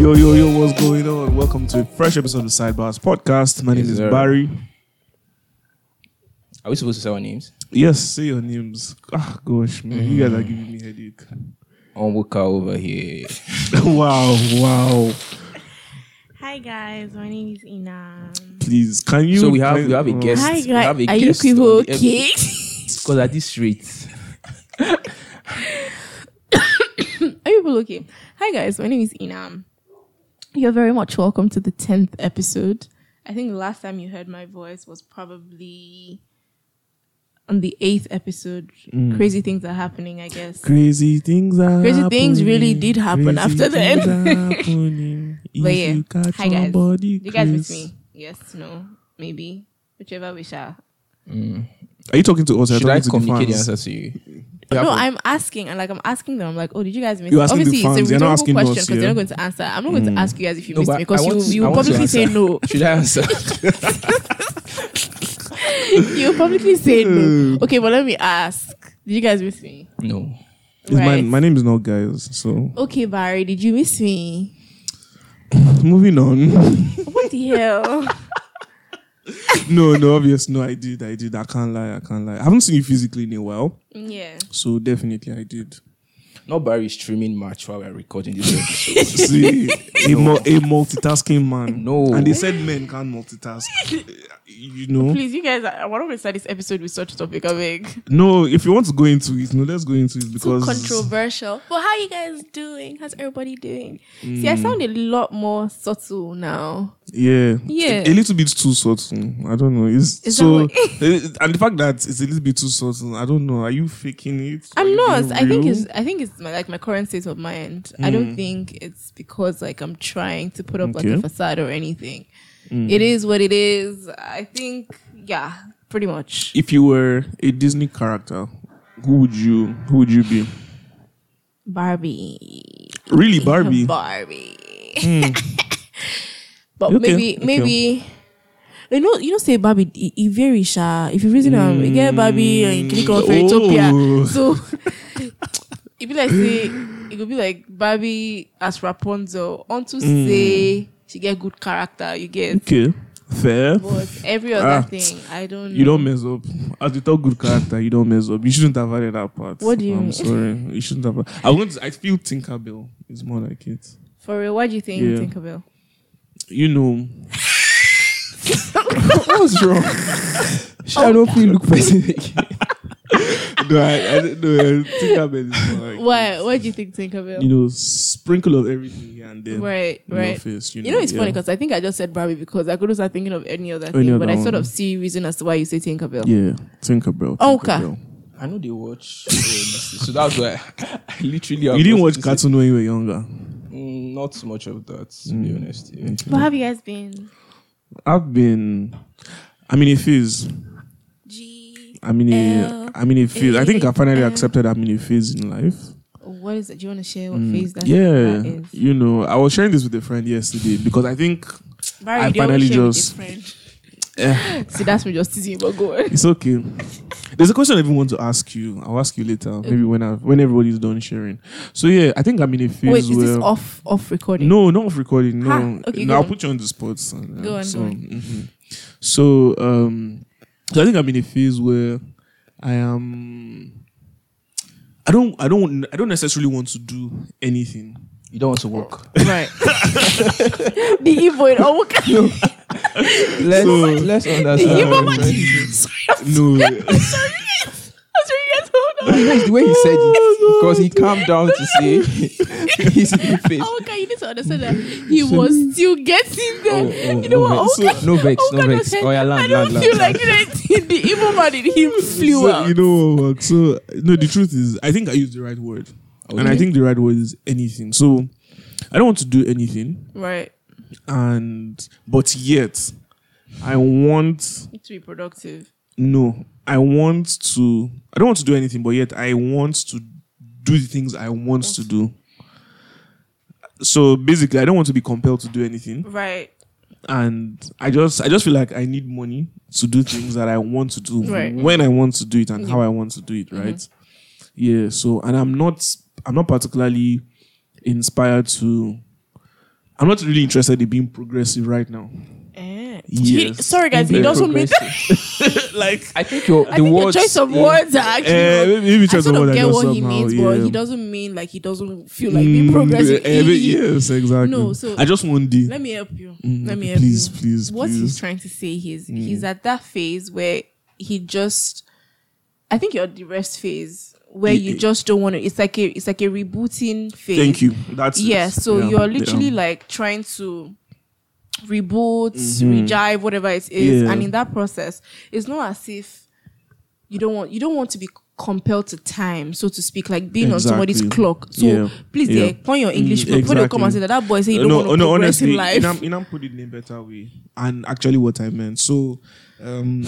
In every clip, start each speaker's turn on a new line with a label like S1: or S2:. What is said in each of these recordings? S1: Yo, yo, yo, what's going on? Welcome to a fresh episode of Sidebars Podcast. My name
S2: Yes,
S1: is
S2: sir.
S1: Barry.
S2: Are we supposed to say our names?
S1: Yes, say your names. Ah, gosh, man, you guys are giving me headache.
S2: Onwuka over here.
S1: wow, wow.
S3: Hi guys, my name is Ina.
S1: Please, can you?
S2: So we have-
S1: can-
S2: we have a guest.
S3: Hi
S2: We have a
S3: guys, are you
S2: guest on
S3: people
S2: the
S3: okay?
S2: Because at this rate,
S3: are you people okay? Hi guys, my name is Ina. You're very much welcome to the tenth episode. I think the last time you heard my voice was probably on the eighth episode.
S2: Mm.
S3: Crazy things are happening, I guess.
S1: Oh, Crazy things are
S3: Crazy things really
S1: happening.
S3: did happen after then.
S1: happening.
S3: But
S1: If
S3: yeah.
S1: you catch
S3: Hi, guys.
S1: somebody,
S3: you guys miss
S1: Chris-
S3: me? Yes, no, maybe, whichever we shall.
S1: Are you talking to us? or
S2: should
S1: are
S2: I
S1: you talking to
S2: communicate the
S1: fans?
S2: answer to you? You have
S3: No,
S2: a-
S3: I'm asking, and like I'm asking them. I'm like, oh, did you guys miss?
S1: You're
S3: it?
S1: asking the
S3: Obviously,
S1: fans,
S3: it's a
S1: you're not
S3: rhetorical
S1: asking
S3: question
S1: us,
S3: because
S1: yeah.
S3: they're not going to answer. I'm not going to ask you guys if you
S2: No,
S3: missed
S2: but
S3: me because
S2: I
S3: you
S2: want-
S3: you
S2: I
S3: will
S2: want to
S3: publicly say
S2: answer.
S3: no.
S2: Should I answer?
S3: you will publicly say no. Okay, but let me ask. Did you guys miss me?
S2: no.
S1: It's My, my name is not guys. So
S3: Okay, Barry, did you miss me?
S1: moving on.
S3: What the hell?
S1: no, no, obvious. No, I did. I did. I can't lie. I can't lie. I haven't seen you physically in a while,
S3: yeah.
S1: so definitely I did.
S2: Not Barry streaming match while we're recording this episode.
S1: See, a, mul- a multitasking man.
S2: No.
S1: And they said men can't multitask. You know,
S3: Please, you guys, I I want to start this episode with such topic of egg.
S1: no. If you want to go into it, no, let's go into it
S3: Too
S1: because
S3: controversial. But how you guys doing? How's everybody doing?
S1: mm,
S3: See, I sound a lot more subtle now.
S1: yeah,
S3: Yeah.
S1: a, a little bit too subtle. I don't know. It's
S3: Is that
S1: so, eh,
S3: what-
S1: and the fact that it's a little bit too subtle. I don't know. Are you faking it? Are
S3: I'm
S1: you
S3: not.
S1: being
S3: I think
S1: real? Mm.
S3: it's. I think it's my like my current state of mind. I don't think it's because like I'm trying to put up like
S1: Okay. Mm.
S3: a facade or anything. It is what it is. I think. Yeah, pretty much.
S1: If you were a Disney character, who would you? Who would you be?
S3: Barbie.
S1: Really, Barbie. Mm.
S3: Barbie. but
S1: Okay,
S3: maybe
S1: okay.
S3: maybe. You know, you know, say Barbie, it, it very sha. If you reason um, you get Barbie and you click on Fairytopia,
S1: Oh.
S3: so it be like say it could be like Barbie as Rapunzel. Onto
S1: Hmm.
S3: say she get good character, you get.
S1: Okay, fair.
S3: But every other
S1: Ah.
S3: thing, I don't.
S1: You
S3: know.
S1: don't mess up. As you talk good character, you don't mess up. You shouldn't have added that part.
S3: What do you
S1: I'm
S3: mean?
S1: sorry. You shouldn't have. I want. To, I feel Tinkerbell is more like it.
S3: For real, what do you think,
S1: Yeah.
S3: Tinkerbell?
S1: You know. What's wrong? Should I not feel look specific? no, I, I, don't- no, Tinkerbell is more like
S3: Why? What do you think, Tinkerbell?
S1: you know sprinkle of everything here and there.
S3: right,
S1: in your
S3: right.
S1: face, you know,
S3: You know, it's
S1: yeah.
S3: funny because I think I just said Barbie because I couldn't start thinking of any other thing,
S1: other
S3: but I sort
S1: one.
S3: of see reason as to why you say Tinkerbell.
S1: Yeah, Tinkerbell.
S3: Oh, okay.
S1: Tinkerbell.
S2: I know they watch. um, so that's why I literally. have
S1: You didn't
S2: just
S1: watch
S2: to say-
S1: cartoon when you were younger.
S2: Mm, Not much of that, to be honest. yeah.
S3: Where have you guys been?
S1: I've been. I mean, it is.
S3: G.
S1: I'm in a
S3: L,
S1: I'm in a phase. I think I finally accepted I'm in a phase in life. Mm.
S3: What is it? Do you want to share what phase that,
S1: Hmm. Yeah,
S3: that is?
S1: you know, I was sharing this with a friend yesterday because I think
S3: Barry,
S1: I
S3: they always
S1: finally
S3: share with
S1: just-
S2: Eh.
S3: their friend. See, that's me just teasing, but go on.
S1: it's okay. There's a question I even want to ask you. I'll ask you later, maybe when I when everybody's done sharing. So yeah, I think I'm in a phase
S3: Wait, is
S1: where
S3: this off off recording?
S1: no, not off recording. No,
S3: Ha, okay,
S1: no,
S3: go
S1: I'll
S3: on.
S1: put you on the spot. son.
S3: Go on,
S1: so,
S3: go on.
S1: mhm. So, um, so I think I'm in a phase where I am. I don't. I don't. I don't necessarily want to do anything.
S2: You don't want to work.
S3: Right. the evil in all kinds
S2: Let's, let's understand.
S3: You mama-
S1: No,
S3: of you guys hold on.
S2: That's the way he said it. Because he calmed down to say he's in the face.
S3: Oh, okay, you need to understand that he was still getting there. you know what?
S2: oh,
S3: Oka-
S2: vex. no vex,
S3: Oka
S2: no
S3: just
S2: vex.
S3: said,
S2: Oh, yeah, land,
S3: I don't
S2: land, land.
S3: feel like it. The evil man in him flew
S1: so,
S3: out.
S1: you know. what, So no, the truth is, I think I used the right word, and I
S2: Okay.
S1: think the right word is anything. So I don't want to do anything,
S3: right.
S1: and but yet I want
S3: To be productive.
S1: no i want to i don't want to do anything but yet i want to do the things i want to do so basically i don't want to be compelled to do anything
S3: Right.
S1: and I just I just feel like I need money to do things that I want to do
S3: Right. Mm-hmm.
S1: when I want to do it and how I want to do it, right? Yeah. So and I'm not I'm not particularly inspired to I'm not really interested in being progressive right now.
S3: Eh.
S1: Yes.
S3: You- sorry, guys,
S1: Very
S3: he doesn't make.
S1: like
S2: I think your the
S3: I think
S2: words
S3: your choice of
S2: yeah.
S3: words are actually.
S1: eh, maybe, maybe
S3: I
S1: just
S3: sort
S1: what
S3: of
S1: I
S3: get
S1: know
S3: what he
S1: somehow,
S3: means,
S1: yeah.
S3: but he doesn't mean like he doesn't feel like being
S1: Mm,
S3: progressive.
S1: eh, but
S3: Eh,
S1: yes, exactly.
S3: No, so-
S1: I just want the
S3: Let me help you.
S1: Mm,
S3: Let me help
S1: please,
S3: you.
S1: please,
S3: What he's
S1: please. Mm.
S3: trying to say is he's at that phase where he just I think you're at the rest phase where
S1: Y-
S3: you
S1: y-
S3: just don't want to it's like a it's like a rebooting phase.
S1: eh. Thank you. That's it.
S3: Yeah, so
S1: Yeah,
S3: you're literally
S1: yeah.
S3: like trying to reboot, rejive, whatever it is.
S1: Mm-hmm. Yeah.
S3: And in that process, it's not as if you don't want you don't want to be compelled to time, so to speak, like being on somebody's
S1: Exactly.
S3: clock. So
S1: Yeah.
S3: please
S1: Yeah.
S3: yeah. point your English
S1: Mm,
S3: people don't
S1: exactly.
S3: come and say that that boy say you don't
S1: Uh, no,
S3: want to
S1: no,
S3: progress
S1: honestly,
S3: in life.
S1: Inam, Inam put it in a better way, and actually, what I meant. So, um,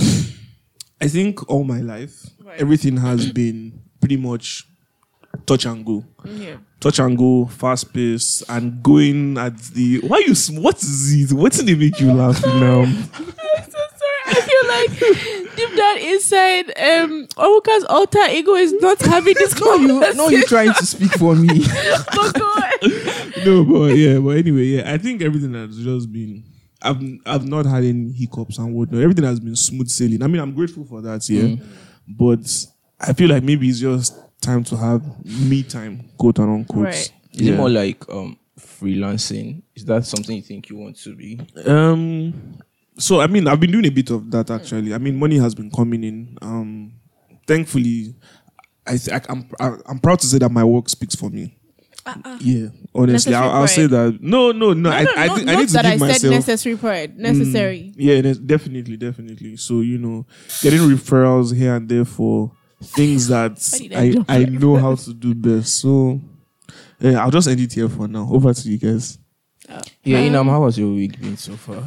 S1: I think all my life,
S3: Right.
S1: everything has been pretty much touch and go,
S3: yeah.
S1: touch and go, fast pace, and going at the. Why you? sm- What is it? What did they make you laugh now?
S3: I'm so sorry. I feel like deep down inside, um, Oruka's alter ego is not having this
S2: No, you
S3: conversation.
S2: no, you trying to speak for me.
S3: Oh, God.
S1: no, but yeah, but anyway, yeah, I think everything has just been. I've I've not had any hiccups and whatnot. Everything has been smooth sailing. I mean, I'm grateful for that, yeah.
S3: Mm.
S1: But I feel like maybe it's just time to have me time, quote and unquote.
S3: Right.
S2: Is it more like um freelancing? Is that something you think you want to be?
S1: Um, so I mean, I've been doing a bit of that actually. I mean, money has been coming in. Um, thankfully, I, th- I I'm I, I'm proud to say that my work speaks for me.
S3: Oh,
S1: Yeah, honestly,
S3: Necessary
S1: I'll, I'll say that. No, no, no. I,
S3: No,
S1: I,
S3: no,
S1: thi-
S3: not
S1: I need to
S3: that
S1: give
S3: I
S1: myself. Hmm.
S3: said necessary pride. Necessary.
S1: Mm. Yeah, that's definitely, definitely. So you know, getting referrals here and there for things that
S3: Why did I
S1: I,
S3: jump
S1: I know how to do best. So yeah, I'll just end it here for now. Over to you guys.
S2: Yeah,
S3: Um,
S2: Inam, how has your week been so far?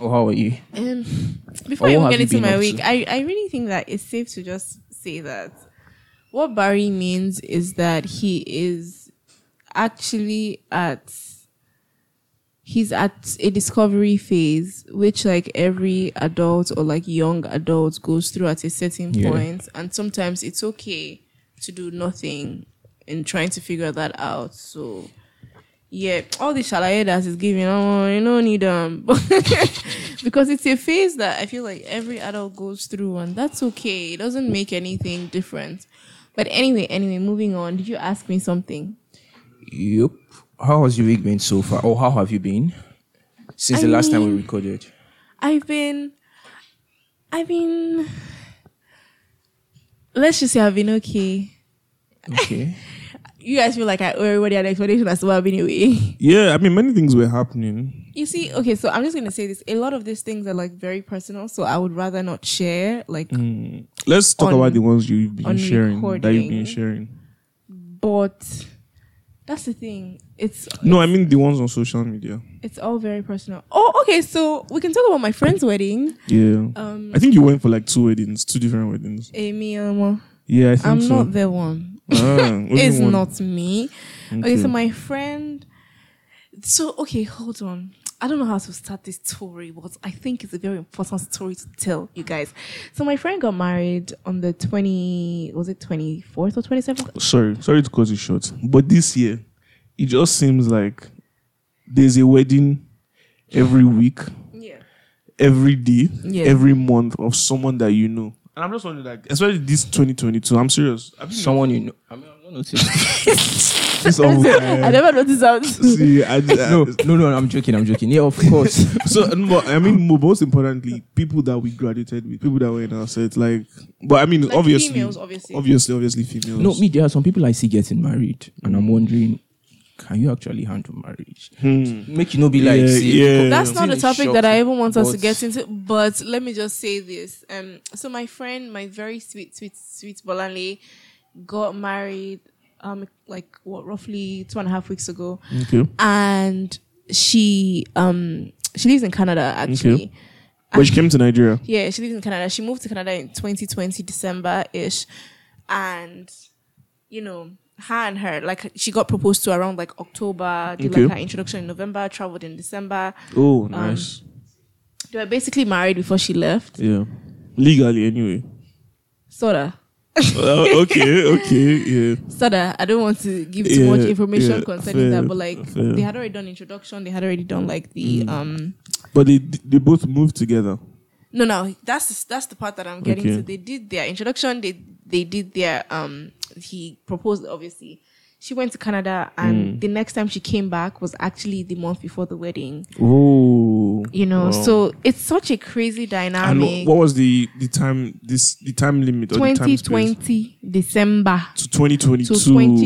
S2: Or how are you?
S3: Um, before
S2: Or
S3: I
S2: what
S3: even
S2: have
S3: get
S2: you
S3: into
S2: been
S3: my
S2: up
S3: week,
S2: to?
S3: I, I really think that it's safe to just say that what Barry means is that he is actually at he's at a discovery phase, which like every adult or like young adult goes through at a certain
S2: Yeah.
S3: point, and sometimes it's okay to do nothing in trying to figure that out. So. Yeah, all the shalaye that is giving, oh, you don't need them. because it's a phase that I feel like every adult goes through, and that's okay. It doesn't make anything different. But anyway, anyway, moving on. Did you ask me something?
S2: Yep. How has your week been so far? Or how have you been since
S3: I
S2: the last time we
S3: mean-
S2: recorded?
S3: I've been, I've been, let's just say I've been okay.
S2: Okay.
S3: You guys feel like I owe everybody an explanation as to why I've been away.
S1: Yeah, I mean, many things were happening.
S3: You see, okay, so I'm just gonna say this. A lot of these things are like very personal, so I would rather not share. Like,
S1: Mm. Let's talk
S3: On-
S1: about the ones you've been
S3: on
S1: sharing that you've
S3: recording.
S1: been sharing.
S3: but that's the thing. It's
S1: No, I mean the ones on social media.
S3: it's all very personal. Oh, okay, so we can talk about my friend's wedding.
S1: Yeah,
S3: Um,
S1: I think you went for like two weddings, two different weddings.
S3: Amy, um,
S1: Yeah, I think
S3: I'm
S1: so.
S3: not the one.
S1: Ah, what do you
S3: it's
S1: want?
S3: not me. Okay,
S1: Okay.
S3: so my friend. So okay, hold on. I don't know how to start this story, but I think it's a very important story to tell you guys. So my friend got married on the twenty was it twenty fourth or twenty seventh?
S1: sorry, sorry to cut it short, but this year it just seems like there's a wedding every week,
S3: Yeah.
S1: every day,
S3: Yeah.
S1: every month of someone that you know. And I'm just wondering, like, especially this 2022. I'm serious. I mean,
S2: Someone you know. I mean, I'm not noticing.
S1: this all
S3: I never noticed that.
S1: See, I, I-
S2: no, no, no, I'm joking. I'm joking. Yeah, of course.
S1: So and mo- I mean, mo- most importantly, people that we graduated with, people that were in our set, like. But I mean,
S3: Like
S1: obviously,
S3: females, obviously.
S1: obviously, obviously, females.
S2: No, me, there are some people I see getting married, and I'm wondering, can you actually handle marriage?
S1: Hmm,
S2: Make you not be like,
S1: Yeah,
S2: see,
S1: yeah.
S3: That's not
S2: see
S3: a
S2: the
S3: topic
S2: shock
S3: that I even want us to
S2: but-
S3: get into. But let me just say this. Um, so my friend, my very sweet, sweet, sweet Bolanle, got married. Um, like what, roughly two and a half weeks ago,
S1: Okay.
S3: and she um she lives in Canada actually.
S1: But she came to Nigeria.
S3: Yeah, she lives in Canada. She moved to Canada in 2020 December ish, and you know her and her like she got proposed to around like October. Did
S1: Okay.
S3: like her introduction in November, traveled in December.
S1: Oh,
S3: nice. They were basically married before she left.
S1: Yeah. Legally, anyway.
S3: Sorta.
S1: Uh, okay, okay, yeah.
S3: Sorta. I don't want to give too
S1: Yeah,
S3: much information
S1: yeah,
S3: concerning
S1: fair,
S3: that, but like
S1: fair. Mm.
S3: they had already done introduction, they had already done like the um
S1: But they they both moved together.
S3: No, no, that's that's the part that I'm getting
S1: Okay.
S3: to. They did their introduction. They they did their um. He proposed, obviously. She went to Canada,
S1: Mm.
S3: and the next time she came back was actually the month before the wedding.
S1: Oh.
S3: You know, so it's such a crazy
S1: And
S3: dynamic.
S1: what was the the time this the time limit or the time space?
S3: 2020 December
S1: to 2022
S3: to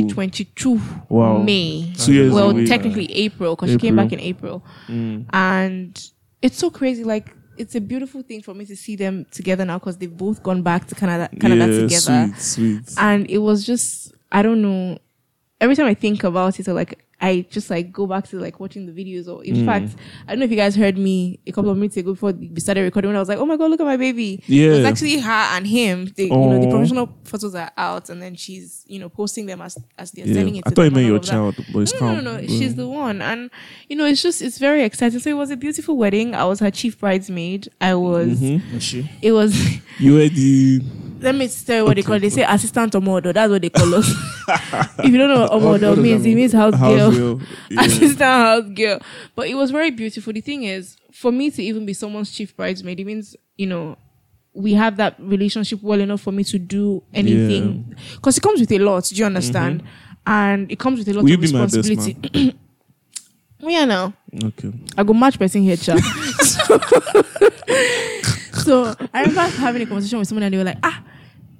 S3: 2022
S1: Wow.
S3: May.
S1: Two years
S3: well,
S1: away.
S3: technically April because she came
S1: April.
S3: back in April,
S1: Mm.
S3: and it's so crazy. Like it's a beautiful thing for me to see them together now because they've both gone back to Canada, Canada
S1: yeah,
S3: together,
S1: Sweet, sweet.
S3: and it was just I don't know. Every time I think about it, or like I just like go back to like watching the videos. Or in
S1: Mm.
S3: fact, I don't know if you guys heard me a couple of minutes ago before we started recording. When I was like, "Oh my god, look at my baby!"
S1: Yeah.
S3: it's actually her and him. They, you know, the
S1: Aw.
S3: professional photos are out, and then she's you know posting them as as they're
S1: Yeah.
S3: sending it.
S1: I
S3: to
S1: thought you
S3: them
S1: meant
S3: and
S1: your
S3: all of that.
S1: child, but it's
S3: No,
S1: calm.
S3: no, no, no.
S1: Mm.
S3: She's the one, and you know, it's just it's very exciting. So it was a beautiful wedding. I was her chief bridesmaid. I was.
S1: Mm-hmm.
S3: It was.
S1: You were the
S3: Let me tell you what they call. They say assistant omodo. That's what they call us. if you don't know what omodo means, it means house,
S1: house
S3: girl,
S1: girl. Yeah.
S3: assistant house girl. But it was very beautiful. The thing is, for me to even be someone's chief bridesmaid, it means you know we have that relationship well enough for me to do anything because it comes with a lot. Do you understand? And it comes with a lot
S1: Mm-hmm. Will you
S3: of
S1: be my best
S3: responsibility.
S1: man?
S3: yeah, now.
S1: Okay.
S3: I go match person here, child. so I remember having a conversation with someone and they were like, ah,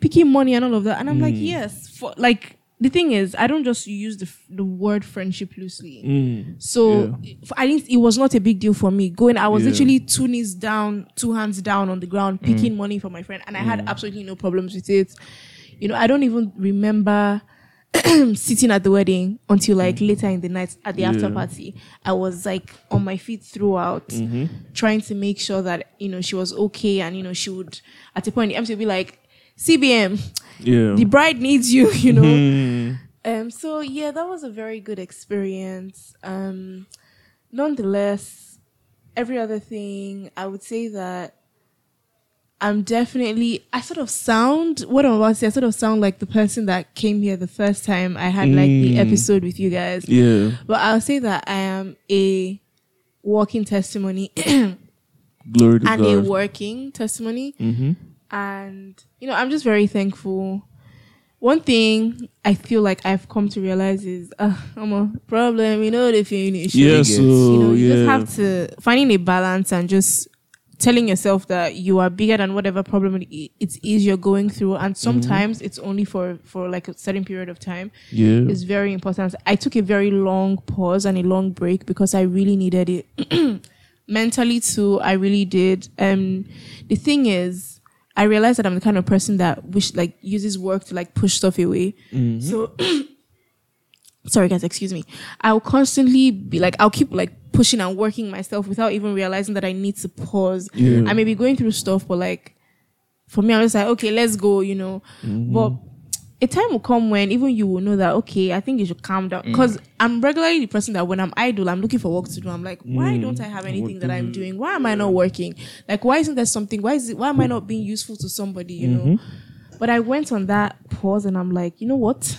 S3: picking money and all of that. And I'm like, yes. For, like, the thing is, I don't just use the, f- the word friendship loosely.
S1: Mm.
S3: So f- I didn't, it was not a big deal for me. Going, I was
S1: Yeah.
S3: literally two knees down, two hands down on the ground, picking money from my friend. And I had absolutely no problems with it. You know, I don't even remember sitting at the wedding until like later in the night at the after party. I was like on my feet throughout,
S1: Mm. Mm-hmm.
S3: trying to make sure that, you know, she was okay. And, you know, she would, at a point, the MC would be like, CBM,
S1: Yeah.
S3: the bride needs you, you know.
S1: Mm.
S3: Um, so yeah, that was a very good experience. Um, nonetheless, every other thing, I would say that I'm definitely. I sort of sound what I'm about to say. I sort of sound like the person that came here the first time I had like the
S1: Mm.
S3: episode with you guys.
S1: Yeah.
S3: But I'll say that I am a walking testimony
S1: Glory to
S3: and a
S1: God.
S3: working testimony
S1: Mm-hmm.
S3: and you know i'm just very thankful one thing i feel like i've come to realize is uh, i'm a problem you know the finish
S1: Yeah.
S2: Bigots.
S1: So
S3: you know you
S1: yeah.
S3: just have to finding a balance and just telling yourself that you are bigger than whatever problem it, it is you're going through and sometimes it's only for for like a certain period of time
S1: yeah.
S3: is very important. I took a very long pause and a long break because I really needed it. Mentally too, I really did. Um the thing is I realized that I'm the kind of person that wish like uses work to like push stuff away. So sorry guys, excuse me. I'll constantly be like I'll keep like pushing and working myself without even realizing that I need to pause.
S1: Yeah.
S3: I may be going through stuff, but like for me, I'm just like, okay, let's go, you know.
S1: Mm-hmm.
S3: But a time will come when even you will know that, okay, I think you should calm down.
S1: Mm.
S3: Because I'm regularly the person that when I'm idle, I'm looking for work to do. I'm like, why
S1: Mm.
S3: don't I have anything that I'm doing? Why am I not working? Like, why isn't there something? Why is it, why am I not being useful to somebody, you know?
S1: Mm-hmm.
S3: But I went on that pause and I'm like, you know what?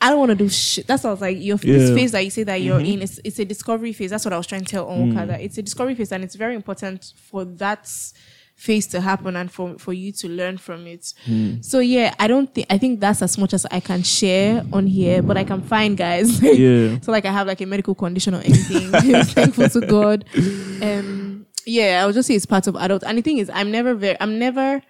S3: I don't want to do shit. That's what I was like. Your this
S1: Yeah.
S3: phase that you say that you're in, it's, it's a discovery phase. That's what I was trying to tell Onwuka that it's a discovery phase, and it's very important for that phase to happen and for for you to learn from it. So yeah, I don't think I think that's as much as I can share on here, but I can find guys.
S1: Yeah.
S3: so like I have like a medical condition or anything. I'm thankful to God. Um, yeah, I would just say it's part of adult. And the thing is, I'm never very, I'm never.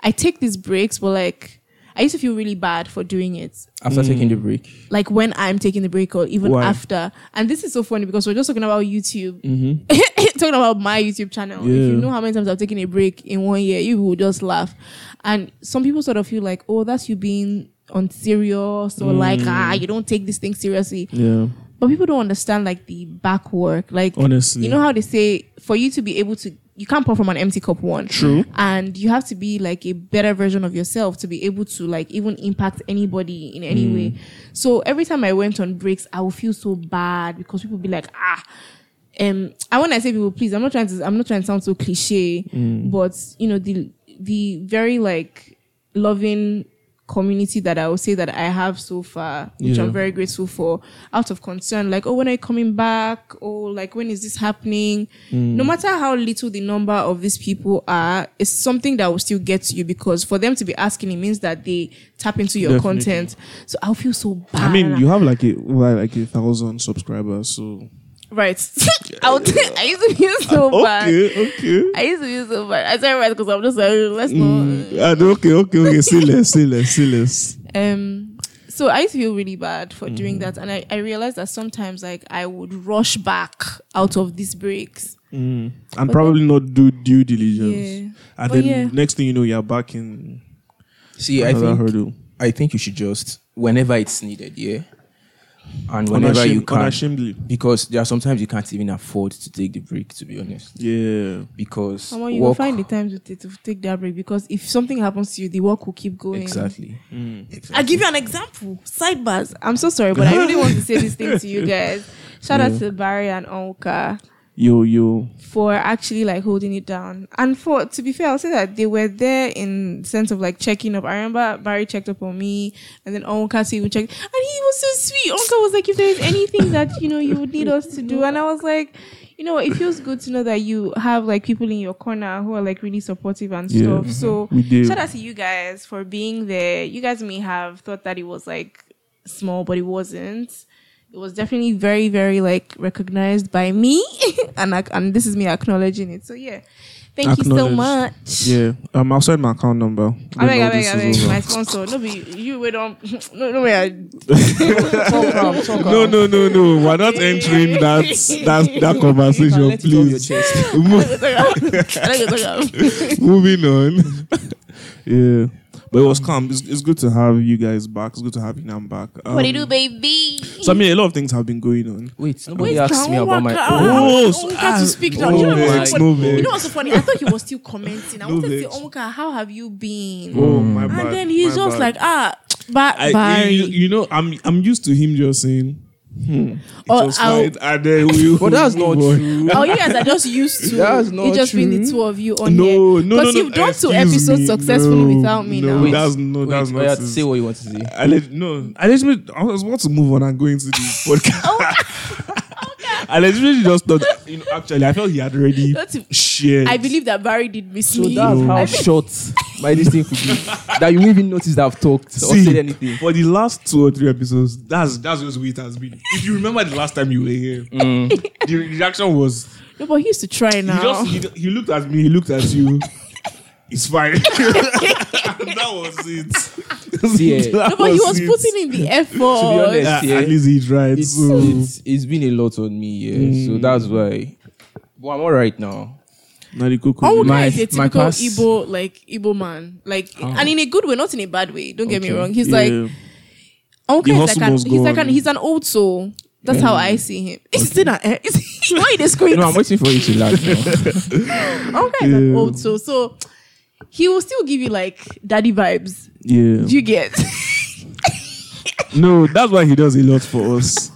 S3: I take these breaks, but like I used to feel really bad for doing it
S2: After taking the break,
S3: like when I'm taking the break or even
S1: Why?
S3: after. And this is so funny because we're just talking about YouTube, talking about my YouTube channel. If you
S1: Mm-hmm. Yeah.
S3: know how many times I've taken a break in one year, you will just laugh. And some people sort of feel like, oh, that's you being unserious or like,
S1: Mm.
S3: ah, you don't take this thing seriously.
S1: Yeah.
S3: But people don't understand like the back work. Like,
S1: Honestly.
S3: you know how they say for you to be able to, you can't pour from an empty cup one.
S1: True.
S3: And you have to be like a better version of yourself to be able to like even impact anybody in
S1: Hmm.
S3: any way. So every time I went on breaks, I would feel so bad because people be like, ah, um I when I say people please, I'm not trying to I'm not trying to sound so cliche,
S1: Hmm.
S3: but you know, the the very like loving community that I would say that I have so far, which
S1: Yeah.
S3: I'm very grateful for, out of concern, like, oh, when are you coming back? Or like when is this happening?
S1: Mm.
S3: No matter how little the number of these people are, it's something that will still get to you because for them to be asking it means that they tap into your
S1: Definitely.
S3: content. So I'll feel so bad.
S1: I mean, you have like a well, like a thousand subscribers, so
S3: Right. I, would, I used to feel so bad.
S1: okay, okay.
S3: I used to feel so bad. I said right because I'm just like, "Oh, let's not.
S1: Mm, and okay, okay, okay. See less, see less, see less.
S3: Um, so I used to feel really bad for
S2: Mm-hmm.
S3: doing that, and I, I realized that sometimes like I would rush back out of these breaks.
S1: Mm. And probably not do due diligence.
S3: Yeah.
S1: And
S3: But
S1: then
S3: yeah.
S1: next thing you know, you're back in
S2: See, I
S1: another
S2: think
S1: hurdle.
S2: I think you should just whenever it's needed, yeah, and whenever you
S1: Unashamed-
S2: can,
S1: Unashamedly.
S2: because there are sometimes you can't even afford to take the break. To be honest,
S1: Yeah.
S2: because
S3: Someone you will
S2: work
S3: find the time to, t- to take that break because if something happens to you, the work will keep going.
S2: exactly.
S3: I'll give you an example. Sidebars. I'm so sorry, but I really want to say this thing to you guys. Shout out to Barry and Onka.
S1: Yo, yo.
S3: for actually like holding it down. And for to be fair, I'll say that they were there in sense of like checking up. I remember Barry checked up on me and then Onka even checked and he was so sweet. Onka was like, if there is anything that you know you would need us to do and I was like, you know, it feels good to know that you have like people in your corner who are like really supportive and
S1: Yeah.
S3: stuff. So
S1: We do.
S3: shout out to you guys for being there. You guys may have thought that it was like small, but it wasn't. It was definitely very, very like recognized by me, and I, and this is me acknowledging it. So yeah, thank you so
S1: Acknowledged.
S3: much.
S1: Yeah. Um, I'll send my account number.
S3: I
S1: when
S3: beg,
S1: all
S3: I beg,
S1: this
S3: I
S1: is
S3: beg.
S1: over.
S3: oh My sponsor, no be you. We don't. No, no way. I,
S1: No, no, no, no. We're not entering that that that conversation, please. Mo-
S3: um,
S1: Moving on. yeah. But it was calm. It's, it's good to have you guys back. It's good to have Inam back.
S3: what do
S1: Um,
S3: you do, baby?
S1: So I mean, a lot of things have been going on.
S2: Wait, nobody
S3: Wait,
S2: asked
S3: can
S2: me
S3: we
S2: about my.
S3: work out?
S2: Oh,
S1: Oh,
S3: Oh, Omuka to speak now.
S2: oh
S3: Do you know
S2: my
S3: what's so funny?
S1: God.
S3: You know what's so funny? I thought he was still commenting. I
S1: No
S3: wanted to say,
S1: vex.
S3: Omuka, how have you been?
S1: Oh
S2: Mm.
S1: my bad.
S3: and then he's
S1: my bad.
S3: just like, ah, ba-
S1: I,
S3: Barry.
S1: you, you know, I'm I'm used to him just saying, hmm, it
S3: Oh,
S1: was
S3: I'll-
S1: fine, and then we.
S2: but that's not
S1: move on.
S2: true.
S3: oh, you guys are just used to
S2: That's
S3: it
S2: not
S3: just being the
S2: true.
S3: two of you on here.
S1: No, no, no,
S3: Because
S1: no.
S3: you've done two
S1: excuse
S3: episodes
S1: me.
S3: successfully
S1: No,
S3: without me
S1: no,
S3: now.
S1: That's no,
S2: wait,
S1: that's
S2: wait,
S1: not.
S2: say what you want to say.
S1: I let no. I let me. I was about to move on and go into the podcast.
S3: Oh,
S1: I legitimately just thought, you know, actually, I felt he had already
S3: Don't you-
S1: shared.
S3: I believe that Barry did miss
S2: So
S3: me.
S2: that's how short my this thing could be. That you won't even notice that I've talked or said anything.
S1: for the last two or three episodes, that's that's just way it has been. If you remember the last time you were here,
S2: Mm.
S1: the reaction was
S3: No, but he used to try now.
S1: he just he, he looked at me, he looked at you. it's fine. that was it.
S2: See, eh,
S1: That
S3: no, but he was
S1: it.
S3: putting in the effort.
S2: honest,
S1: Yeah,
S2: Yeah.
S1: Uh, At least he tried.
S2: It's,
S1: so.
S2: it's it's been a lot on me, yeah.
S1: Mm.
S2: So that's why. But I'm all right now.
S3: Oh,
S2: My-
S3: is a
S2: my
S3: typical
S2: past-
S3: Igbo, like Igbo man, like, and in a good way, not in a bad way. Don't get me
S2: Okay.
S3: wrong. He's
S1: Ah. Yeah.
S3: like, Uncle
S1: The
S3: is like,
S1: hustle
S3: an,
S1: must
S3: he's
S1: go
S3: like, an,
S1: on.
S3: he's an old soul. That's how I see him. Is still not? eh? Is he, why are they screaming?
S2: No, I'm waiting for you to laugh. Now.
S3: Uncle is an
S1: Yeah.
S3: old soul, so he will still give you like daddy vibes.
S1: yeah.
S3: Do you get?
S1: No, that's why he does a lot for us.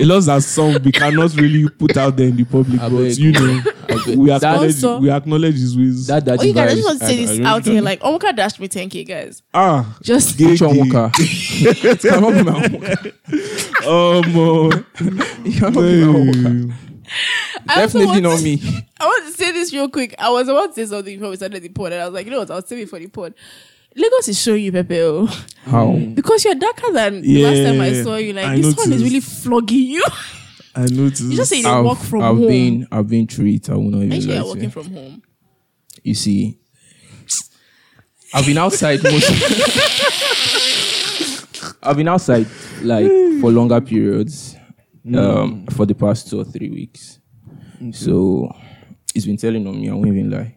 S1: a lot that some we cannot really put out there in the public,
S2: I
S1: but
S2: beg.
S1: you know,
S2: beg.
S1: we acknowledge
S3: Sponsor.
S1: we acknowledge his ways.
S2: That that
S3: oh, you guys, I
S2: device.
S3: just want to say
S2: uh,
S3: this out here. Like, Uncle dashed me 10k, guys.
S1: ah,
S3: Just
S1: gay,
S2: Which one,
S1: gay.
S2: Wonka? It cannot be my Wonka.
S1: Um, uh,
S2: It cannot be my Wonka.
S1: hey.
S3: I also
S2: Definitely
S3: want
S2: not
S3: to-
S2: me.
S3: I want to say this real quick. I was about to say something before we started the pod, and I was like, you know what? I'll say it for the pod. Lagos is showing you, Pepe. oh.
S2: How?
S3: Because you're darker than the last time I
S1: Yeah,
S3: saw you. Like,
S1: I
S3: this one is
S1: noticed.
S3: really flogging you.
S1: I noticed.
S3: you just say you
S2: I've,
S3: work from
S2: I've
S3: home.
S2: been I've been through it. I will not even
S3: Make sure
S2: lie
S3: you're
S2: to
S3: working
S2: you.
S3: from home.
S2: You see, I've been outside most. I've been outside like for longer periods, um, for the past two or three weeks. So it's been telling on me. I won't even lie.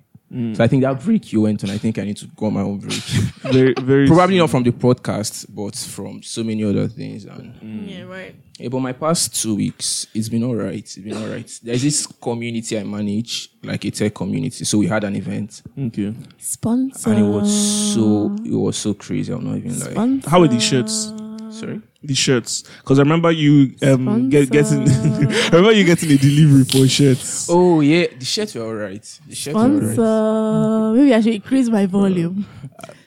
S2: So I think that break you went on, I think I need to go on my own break.
S1: very, very
S2: Probably not from the podcast, but from so many other things. And
S3: Yeah, right.
S2: yeah, but my past two weeks, it's been all right. It's been all right. There's this community I manage, like a tech community. So we had an event,
S1: Okay.
S3: Sponsor.
S2: and it was so it was so crazy. I'm not even like
S1: How were the shirts?
S2: sorry.
S1: the shirts because I remember you um get, getting I remember you getting a delivery for shirts.
S2: Oh yeah, the shirts were alright. The shirts were alright.
S3: Sponsor. Maybe I should increase my volume.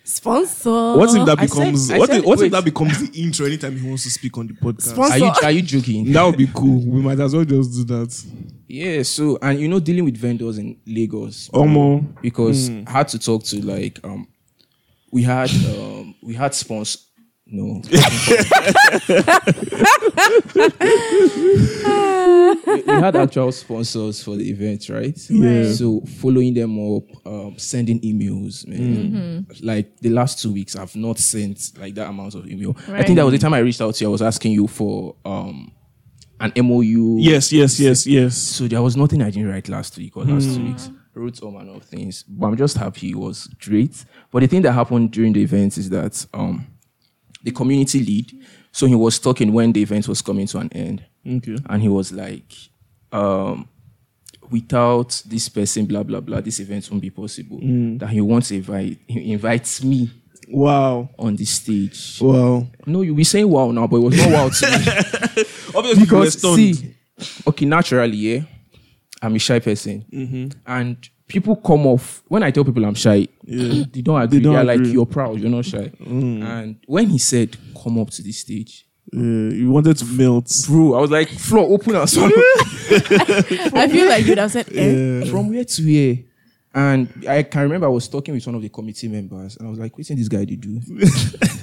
S3: Sponsor.
S1: What if that
S2: I said-
S1: becomes
S2: I
S1: what,
S2: said-
S1: if, what
S2: wait.
S1: if that becomes the intro anytime he wants to speak on the podcast?
S3: Sponsor-
S2: Are you are you joking?
S1: That would be cool. We might as well just do that.
S2: Yeah. So and you know dealing with vendors in Lagos
S1: Omo,
S2: because I had to talk to like um we had um we had sponsor. No, we had actual sponsors for the event, right?
S1: Yeah.
S2: So following them up, um, sending emails, man. Like the last two weeks, I've not sent like that amount of email. I
S3: Right.
S2: think that was the time I reached out to you. I was asking you for um an MOU.
S1: yes, yes, yes, yes.
S2: So there was nothing I didn't write last week or last two weeks. Wrote all manner of things, but I'm just happy it was great. But the thing that happened during the event is that um, the community lead, so he was talking when the event was coming to an end,
S1: Okay.
S2: and he was like, um, "Without this person, blah blah blah, this event won't be possible." That he wants to invite, he invites me
S1: Wow,
S2: on the stage.
S1: wow.
S2: No, you be saying wow now, but it was not wow to me
S1: Obviously,
S2: because see, okay, naturally, yeah, I'm a shy person, and people come off when I tell people I'm shy, they don't agree. They
S1: don't
S2: are
S1: agree.
S2: like, you're proud, you're not shy. And when he said, "Come up to the stage,"
S1: yeah, you wanted to melt.
S2: bro, I was like, "Floor open and swallow."
S3: I feel like you'd have said, eh,
S1: Yeah.
S2: From where to where? And I can remember I was talking with one of the committee members, and I was like, "What did this guy to do?"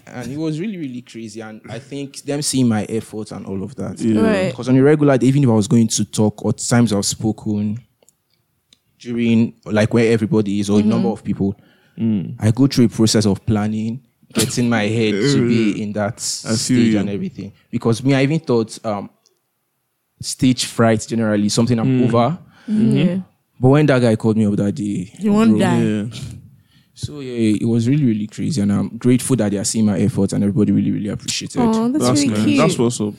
S2: and it was really, really crazy. And I think them seeing my efforts and all of that,
S1: Yeah.
S3: Right.
S2: Because on a regular day, even if I was going to talk or times I've spoken during like where everybody is or a number of people,
S1: Mm.
S2: I go through a process of planning, getting my head to be in that
S1: feel
S2: stage
S1: you.
S2: and everything. Because me, I even thought um, stage fright generally is something
S1: Mm.
S2: I'm over.
S3: yeah.
S2: But when that guy called me up that day,
S3: you won't
S2: bro,
S3: die.
S1: Yeah.
S2: So yeah, it was really, really crazy, and I'm grateful that they are seeing my efforts and everybody really, really appreciated.
S3: Oh, that's,
S1: That's
S3: really
S1: nice.
S3: cute.
S1: That's what's up.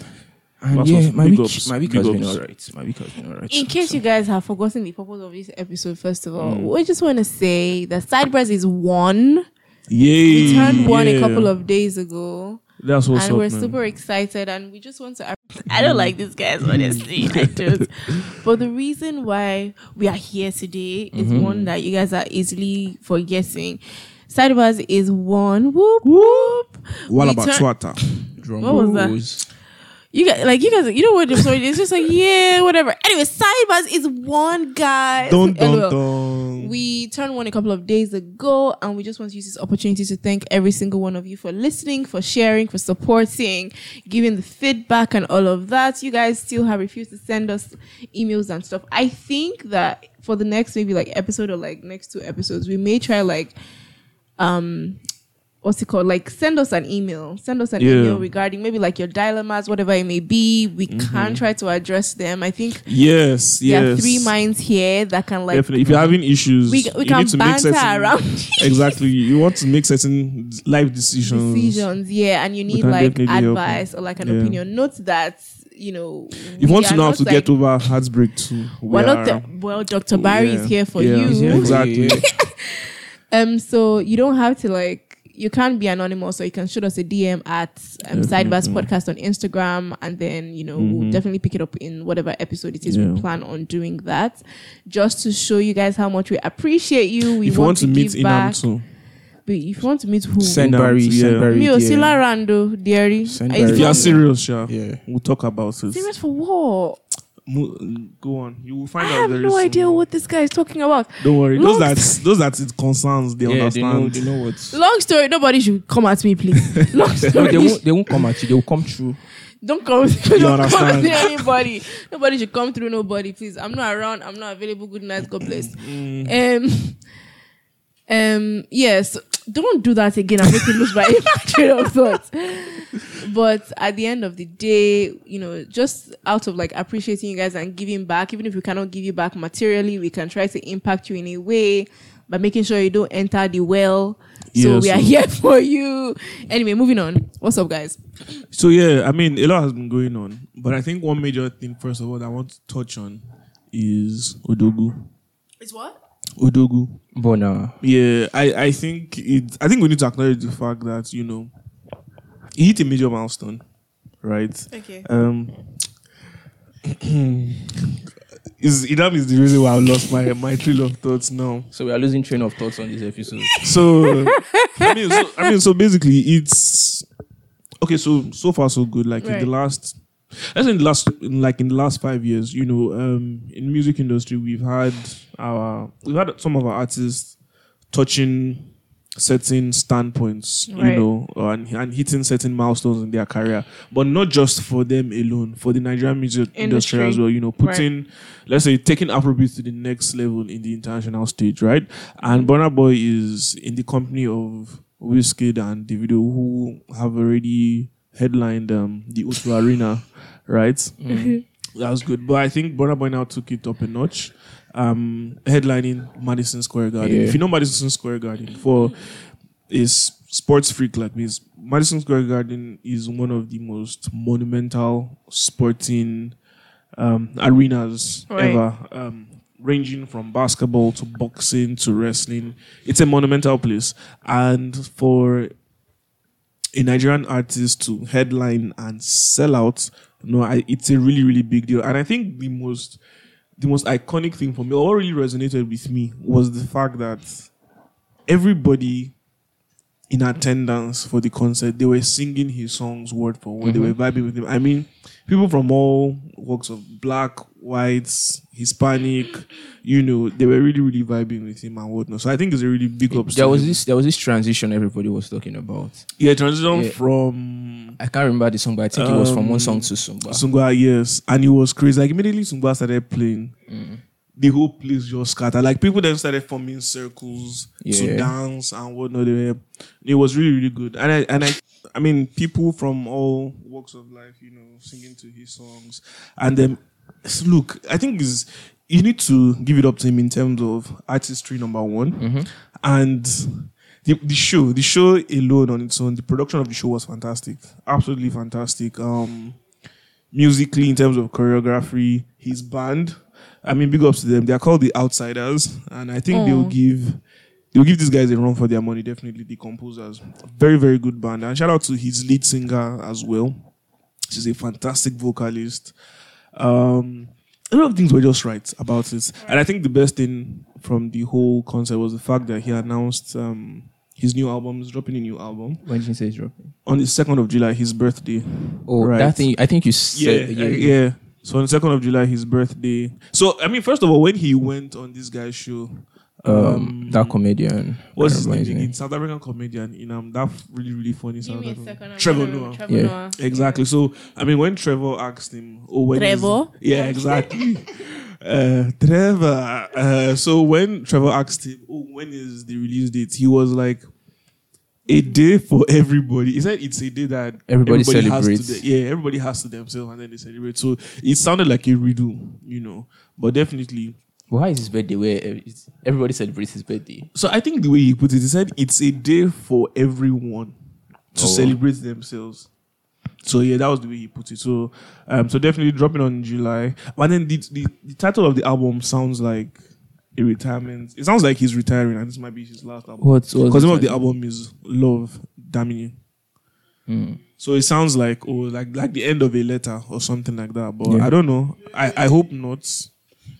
S2: and
S1: that's
S2: yeah,
S1: awesome.
S2: my
S1: Big
S2: week,
S1: ups,
S2: my week
S1: big
S2: has been
S1: ups.
S2: alright. My week has been alright.
S3: In case you guys have forgotten the purpose of this episode, first of all, we just want to say that Sideburst is one.
S1: Yay!
S3: We turned one a
S1: yeah.
S3: couple of days ago,
S1: That's what's
S3: and
S1: up,
S3: we're
S1: man.
S3: super excited. And we just want to. I don't like these guys, honestly. I don't. But the reason why we are here today is one that you guys are easily forgetting. Sidebars is one whoop whoop.
S1: What
S3: We
S1: about
S3: turn-
S1: Swata?
S2: Drum
S3: What was that?
S2: rolls.
S3: You guys, like you guys, you know what? I'm sorry. It's just like yeah, whatever. Anyway, sidebars is one guy.
S1: Dun
S3: LOL.
S1: dun dun.
S3: We turned one a couple of days ago, and we just want to use this opportunity to thank every single one of you for listening, for sharing, for supporting, giving the feedback, and all of that. You guys still have refused to send us emails and stuff. I think that for the next maybe like episode or like next two episodes, we may try like, um, what's it called? Like send us an email, send us an
S1: Yeah.
S3: email regarding maybe like your dilemmas, whatever it may be. We can try to address them. I think
S1: Mm-hmm. yes, yes.
S3: there are three minds here that can like
S1: Definitely. If you're having issues,
S3: we, we
S1: you
S3: can
S1: need to make
S3: banter
S1: certain,
S3: around
S1: exactly. You want to make certain life decisions.
S3: decisions, yeah, and you need
S1: can
S3: like
S1: definitely help
S3: advice or like an
S1: Yeah.
S3: opinion. Note that you know
S1: You
S3: we
S1: want to
S3: are
S1: know how
S3: not,
S1: to
S3: like-
S1: get over heartbreak too. We
S3: We're not
S1: are-
S3: the, well, Dr. Barry
S1: yeah,
S3: is here for
S1: yeah,
S3: you.
S2: Yeah,
S1: Exactly.
S2: yeah.
S3: Um, so you don't have to like you can be anonymous, so you can shoot us a DM at um, Sidebars Podcast on Instagram, and then you know we'll definitely pick it up in whatever episode it is
S1: Mm-hmm. Yeah.
S3: we plan on doing that, just to show you guys how much we appreciate you. We
S1: if you want to meet um,
S3: give back.
S1: Inam too,
S3: But if you want to meet who,
S2: Send
S1: Yeah.
S2: Barry, send
S1: Yeah.
S2: Barry.
S3: Mio
S2: yeah.
S3: Sila Rando, dearie.
S2: Send
S3: Are you
S2: Barry.
S1: if you
S2: Yeah.
S1: are
S3: serious?
S1: serious, yeah,
S2: Yeah.
S1: we'll talk about it.
S3: Serious for what?
S1: Mo- Go on, you will find
S3: I
S1: out.
S3: have
S1: very
S3: no
S1: soon.
S3: idea what this guy is talking about.
S1: Don't worry. Those
S3: Long-
S1: that those that it concerns, they
S2: Yeah, they know,
S1: understand.
S2: they know what.
S3: Long story, nobody should come at me, please. Long
S2: No,
S3: story,
S2: they won't. They won't come at you. They will come through.
S3: don't come, don't come
S1: understand?
S3: to anybody. Nobody should come through nobody, please. I'm not around. I'm not available. Good night. God bless.
S1: Mm.
S3: Um, um, yes. Don't do that again and make me lose my train of thought. But at the end of the day, you know, just out of like appreciating you guys and giving back, even if we cannot give you back materially, we can try to impact you in a way by making sure you don't enter the well. So
S1: Yes.
S3: we are here for you. Anyway, moving on. What's up, guys?
S1: So yeah, I mean, a lot has been going on, but I think one major thing, first of all, that I want to touch on is Odogu.
S3: It's what?
S1: Odogu.
S2: But nah.
S1: Yeah, I, I think it. I think we need to acknowledge the fact that you know he hit a major milestone. right?
S3: Okay.
S1: Um, is Idam is the reason why I lost my my trail of thoughts now.
S2: So we are losing train of thoughts on this episode.
S1: So I mean, so, I mean, so basically, it's okay. So so far so good. Like in
S3: Right.
S1: the last, let's say in the last, in like in the last five years, you know, um, in music industry, we've had our we've had some of our artists touching certain standpoints,
S3: Right.
S1: you know, uh, and, and hitting certain milestones in their career, but not just for them alone, for the Nigerian music industry,
S3: Industry.
S1: as well, you know,
S3: Right.
S1: putting, let's say, taking Afrobeat to the next level in the international stage, right? And Burna Boy is in the company of Wizkid and Davido, who have already headlined um, the O2 Arena, right? That was good. But I think Burna Boy now took it up a notch. Um, headlining Madison Square Garden.
S2: Yeah.
S1: If you know Madison Square Garden, for is sports freak like me. It's- Madison Square Garden is one of the most monumental sporting um, arenas
S3: Right.
S1: ever, um, ranging from basketball to boxing to wrestling. It's a monumental place, and for a Nigerian artist to headline and sell out, no, I, it's a really really big deal. And I think the most the most iconic thing for me, or what really resonated with me, was the fact that everybody in attendance for the concert, they were singing his songs word for word.
S2: Mm-hmm.
S1: They were vibing with him. I mean, people from all walks of black, whites, Hispanic, you know, they were really, really vibing with him and whatnot. So I think it's a really big up.
S2: There was this there was this transition everybody was talking about.
S1: yeah transition
S2: Yeah.
S1: from
S2: I can't remember the song, but I think it was from one
S1: Um,
S2: song to Sumba.
S1: Sungwa, yes, and it was crazy. Like immediately Sungwa started playing. The whole place just scattered. Like people then started forming circles
S2: Yeah.
S1: to dance and whatnot. They were- It was really, really good. And I and I I mean people from all walks of life, you know, singing to his songs. And then s- look, I think is you need to give it up to him in terms of artistry number one. And the, the show, the show alone on its own, the production of the show was fantastic. Absolutely fantastic. Um musically in terms of choreography, his band. I mean, big ups to them. They are called the Outsiders, and I think they'll
S3: Aw.
S1: give they'll give these guys a run for their money. Definitely, the composers, very very good band, and shout out to his lead singer as well. She's a fantastic vocalist. Um, a lot of things were just right about it, and I think the best thing from the whole concert was the fact that he announced um, his new album. He's dropping a new album
S2: When did you say it's dropping?
S1: on the second of July, his birthday.
S2: Oh,
S1: Right.
S2: that thing. I think you said.
S1: yeah, yeah. yeah. So on the second of July, his birthday. So I mean, first of all, when he went on this guy's show,
S2: Um, that comedian.
S1: what's
S2: I
S1: his
S2: don't
S1: name?
S2: remember
S1: again? South African comedian in um that really really funny
S3: Give
S1: South
S3: me a
S1: African.
S3: second. I'm
S1: Trevor
S3: gonna-
S1: Noah.
S3: Trevor
S2: Yeah.
S3: Noah.
S1: Exactly. So I mean, when Trevor asked him, "Oh, when is-
S3: Trevor?
S1: yeah, exactly." uh, Trevor. Uh, so when Trevor asked him, "Oh, when is the release date?" He was like, "A day for everybody." He said, "It's a day that
S2: Everybody celebrates.
S1: Has to the- yeah, everybody has to themselves, and then they celebrate." So it sounded like a redo, you know. But definitely,
S2: But why is his birthday where ev- it's- everybody celebrates his birthday?
S1: so I think the way he put it, he said it's a day for everyone to
S2: Oh.
S1: celebrate themselves. So yeah, that was the way he put it. So, um, so definitely dropping on July. But then the, the the title of the album sounds like a retirement. It sounds like he's retiring, and this might be his last album.
S2: What was
S1: Because the name of the
S2: title?
S1: album is Love Damini.
S2: Hmm.
S1: So it sounds like oh, like like the end of a letter or something like that. But
S2: Yeah.
S1: I don't know. I, I hope not.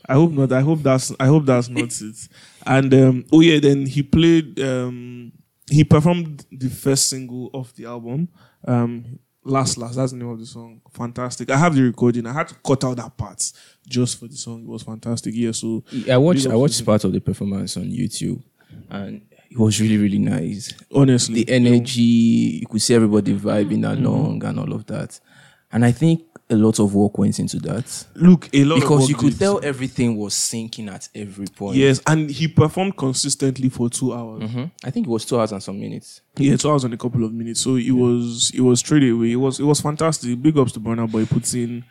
S1: I hope not. I hope that's I hope that's not it. And um, oh yeah, then he played. Um, he performed the first single of the album. Um, last last. That's the name of the song. Fantastic. I have the recording. I had to cut out that part just for the song. It was fantastic. Yeah. So
S2: I watched.
S1: Big up
S2: I
S1: to
S2: watched
S1: him.
S2: part of the performance on YouTube, and it was really really nice.
S1: honestly,
S2: the energy you could see everybody vibing along and all of that and i think a lot of work went into that
S1: Look, a lot of
S2: because you
S1: work
S2: could
S1: did.
S2: tell everything was sinking at every point
S1: Yes, and he performed consistently for two hours.
S2: Mhm. i think it was two hours and some minutes
S1: Yeah, two hours and a couple of minutes. So it was it was straight away. It was it was fantastic. Big ups to Burna Boy putting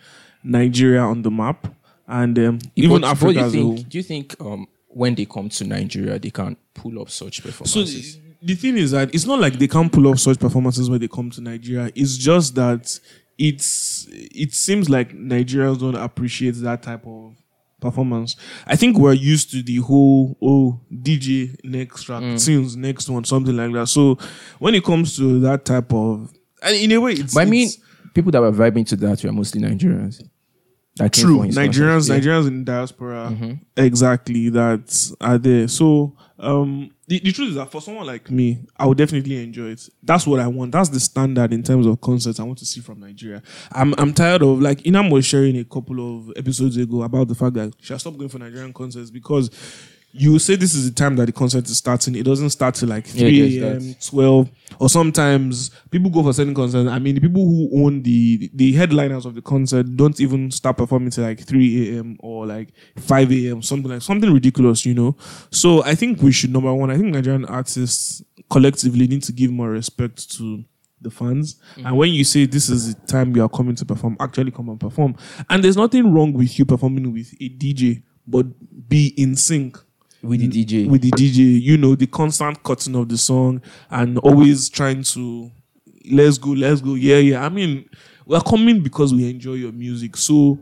S1: Nigeria on the map and um, even
S2: But- but
S1: Africa
S2: you
S1: as a whole.
S2: think, do you think um, when they come to nigeria they can pull up such
S1: So
S2: performances
S1: the, the thing is that it's not like they can't pull off such performances when they come to Nigeria. It's just that it's it seems like Nigerians don't appreciate that type of performance. I think we're used to the whole oh DJ next track,
S2: Mm.
S1: tunes next one, something like that. So when it comes to that type of and in a way, it's,
S2: but i mean
S1: it's-
S2: people that were vibing to that were mostly Nigerians. That came
S1: True.
S2: for his Mm-hmm.
S1: Nigerians,
S2: concert.
S1: Nigerians in diaspora, exactly that are there. So um, the, the truth is that for someone like me, I would definitely enjoy it. That's what I want. That's the standard in terms of concerts I want to see from Nigeria. I'm I'm tired of like Inam was sharing a couple of episodes ago about the fact that she has stopped going for Nigerian concerts because. You say this is the time that the concert is starting. It doesn't start till like
S2: Yeah, it
S1: 3
S2: does
S1: a.m., 12 or sometimes people go for certain concerts i mean the people who own the the headliners of the concert don't even start performing till like 3 a.m or like 5 a.m something like something ridiculous you know so i think we should number one i think nigerian artists collectively need to give more respect to the fans and when you say this is the time you are coming to perform actually come and perform and there's nothing wrong with you performing with a dj but be in sync
S2: with the DJ.
S1: Mm. with the DJ, you know, the constant cutting of the song and always trying to let's go, let's go, yeah, yeah. I mean, we're coming because we enjoy your music. So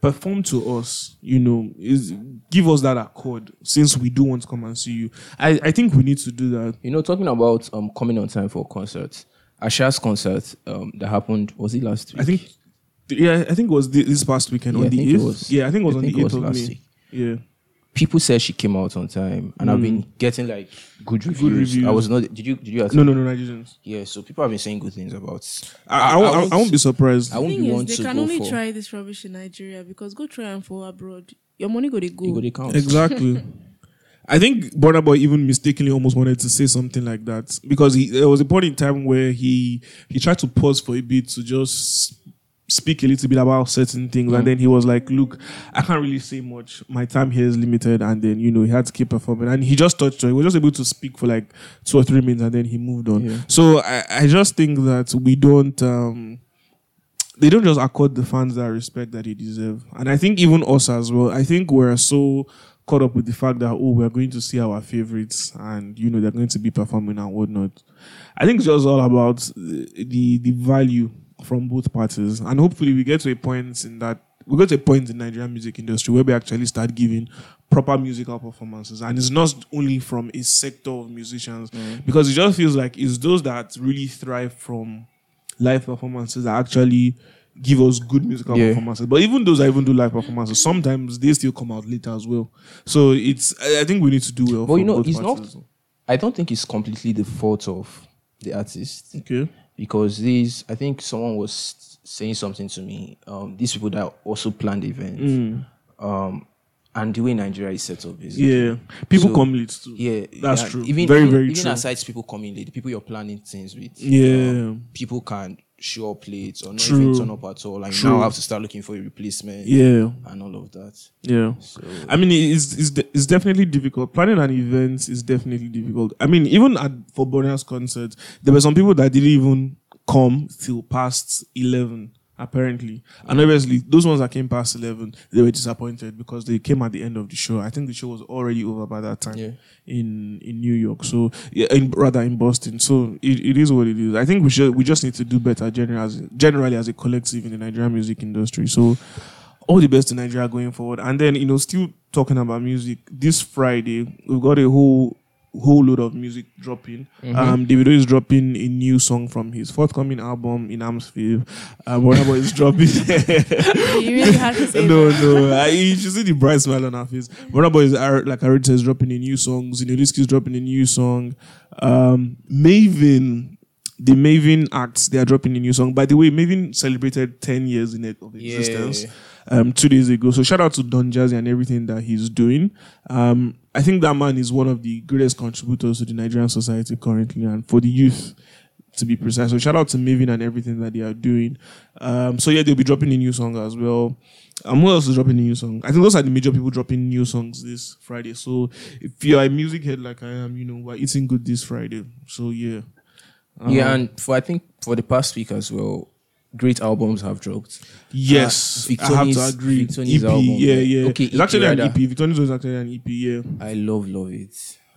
S1: perform to us, you know, is give us that accord since we do want to come and see you. I, I think we need to do that.
S2: you know, talking about um coming on time for concerts. Asha's concert um that happened was it last week?
S1: I think yeah, I think it was thi- this past weekend
S2: Yeah,
S1: on
S2: I
S1: the
S2: think it
S1: 8th.
S2: was-
S1: yeah, I think it was
S2: I
S1: on
S2: think
S1: the 8th
S2: it was
S1: of
S2: last
S1: May.
S2: week.
S1: Yeah.
S2: people said she came out on time, and I've been getting like good reviews.
S1: Mm. reviews.
S2: I was not. Did you? Did you? Attend?
S1: No, no, no, Nigerians.
S2: Yeah. So people have been saying good things about.
S1: I, I, won't- I, won't- I won't be surprised.
S2: I won't
S3: thing
S2: be
S3: is,
S2: one
S3: they
S2: to
S3: can
S2: go
S3: only
S2: for.
S3: try this rubbish in Nigeria because go try and for abroad. Your money go they go.
S2: You go, they count.
S1: Exactly. I think Burna Boy even mistakenly almost wanted to say something like that because he, there was a point in time where he he tried to pause for a bit to just speak a little bit about certain things and then he was like, "Look, I can't really say much. My time here is limited." And then you know he had to keep performing and he just touched on. it. He was just able to speak for like two or three minutes and then he moved on.
S2: Yeah.
S1: So I, I just think that we don't. um they don't just accord the fans that respect that they deserve. And I think even us as well, I think we're so caught up with the fact that, oh, we're going to see our favorites and, you know, they're going to be performing and whatnot. I think it's just all about the, the, the value from both parties. And hopefully we get to a point in that, we get to a point in Nigerian music industry where we actually start giving proper musical performances. And it's not only from a sector of musicians, because it just feels like it's those that really thrive from live performances that actually give us good musical
S2: Yeah.
S1: performances. But even those that even do live performances, sometimes they still come out later as well. So it's I I think we need to do well.
S2: But you
S1: from
S2: know,
S1: both
S2: it's not-
S1: parties.
S2: I don't think it's completely the fault of the artist
S1: okay.
S2: because these. I think someone was saying something to me. Um, these people that also planned the event.
S1: Mm.
S2: Um, and the way Nigeria is set up is
S1: Yeah, people
S2: So-
S1: come late too.
S2: Yeah,
S1: that's
S2: yeah,
S1: true.
S2: Even
S1: very
S2: even,
S1: very
S2: even
S1: true.
S2: aside people coming late, the people you're planning things with. um,
S1: Yeah.
S2: people can show up late or not
S1: True.
S2: even turn up at all, and you
S1: True.
S2: now have to start looking for a replacement.
S1: yeah,
S2: and all of that.
S1: yeah.
S2: So
S1: I mean, it's, it's de- it's definitely difficult. Planning an event is definitely difficult. I mean, even at for Bonner's concert, there were some people that didn't even come till past eleven, apparently. And obviously, those ones that came past eleven, they were disappointed because they came at the end of the show. I think the show was already over by that time
S2: Yeah.
S1: in in New York. So yeah, in, rather in Boston. So it, it is what it is. I think we should we just need to do better generally as, generally as a collective in the Nigerian music industry. So all the best to Nigeria going forward. And then, you know, still talking about music, this Friday, we've got a whole whole load of music dropping. Um Davido is dropping a new song from his forthcoming album in Amsfield. Um Warner is dropping
S3: You really have to say
S1: no,
S3: that.
S1: no. I, you should see the bright smile on her face. Burna Boy is are- like I already said, is dropping a new song. Zinoliski is dropping a new song. Um, Maven, the Maven acts, they are dropping a new song. By the way, Maven celebrated 10 years in it of
S2: Yeah.
S1: existence um, two days ago. So shout out to Don Jazzy and everything that he's doing. Um, I think that man is one of the greatest contributors to the Nigerian society currently, and for the youth to be precise. So shout out to Maven and everything that they are doing. Um, so yeah, they'll be dropping a new song as well. Um, who else is dropping a new song? I think those are the major people dropping new songs this Friday. So if you are a music head like I am, you know we're eating good this Friday. So yeah, Um,
S2: yeah, and for I think for the past week as well, great albums have dropped.
S1: yes,
S2: Uh,
S1: I have to
S2: Victoni's-
S1: agree.
S2: Victoni's
S1: EP,
S2: album,
S1: yeah,
S2: yeah.
S1: yeah.
S2: Okay,
S1: it's
S2: EP
S1: actually an
S2: rather.
S1: EP. Victoni's was actually an EP. Yeah.
S2: I love love it.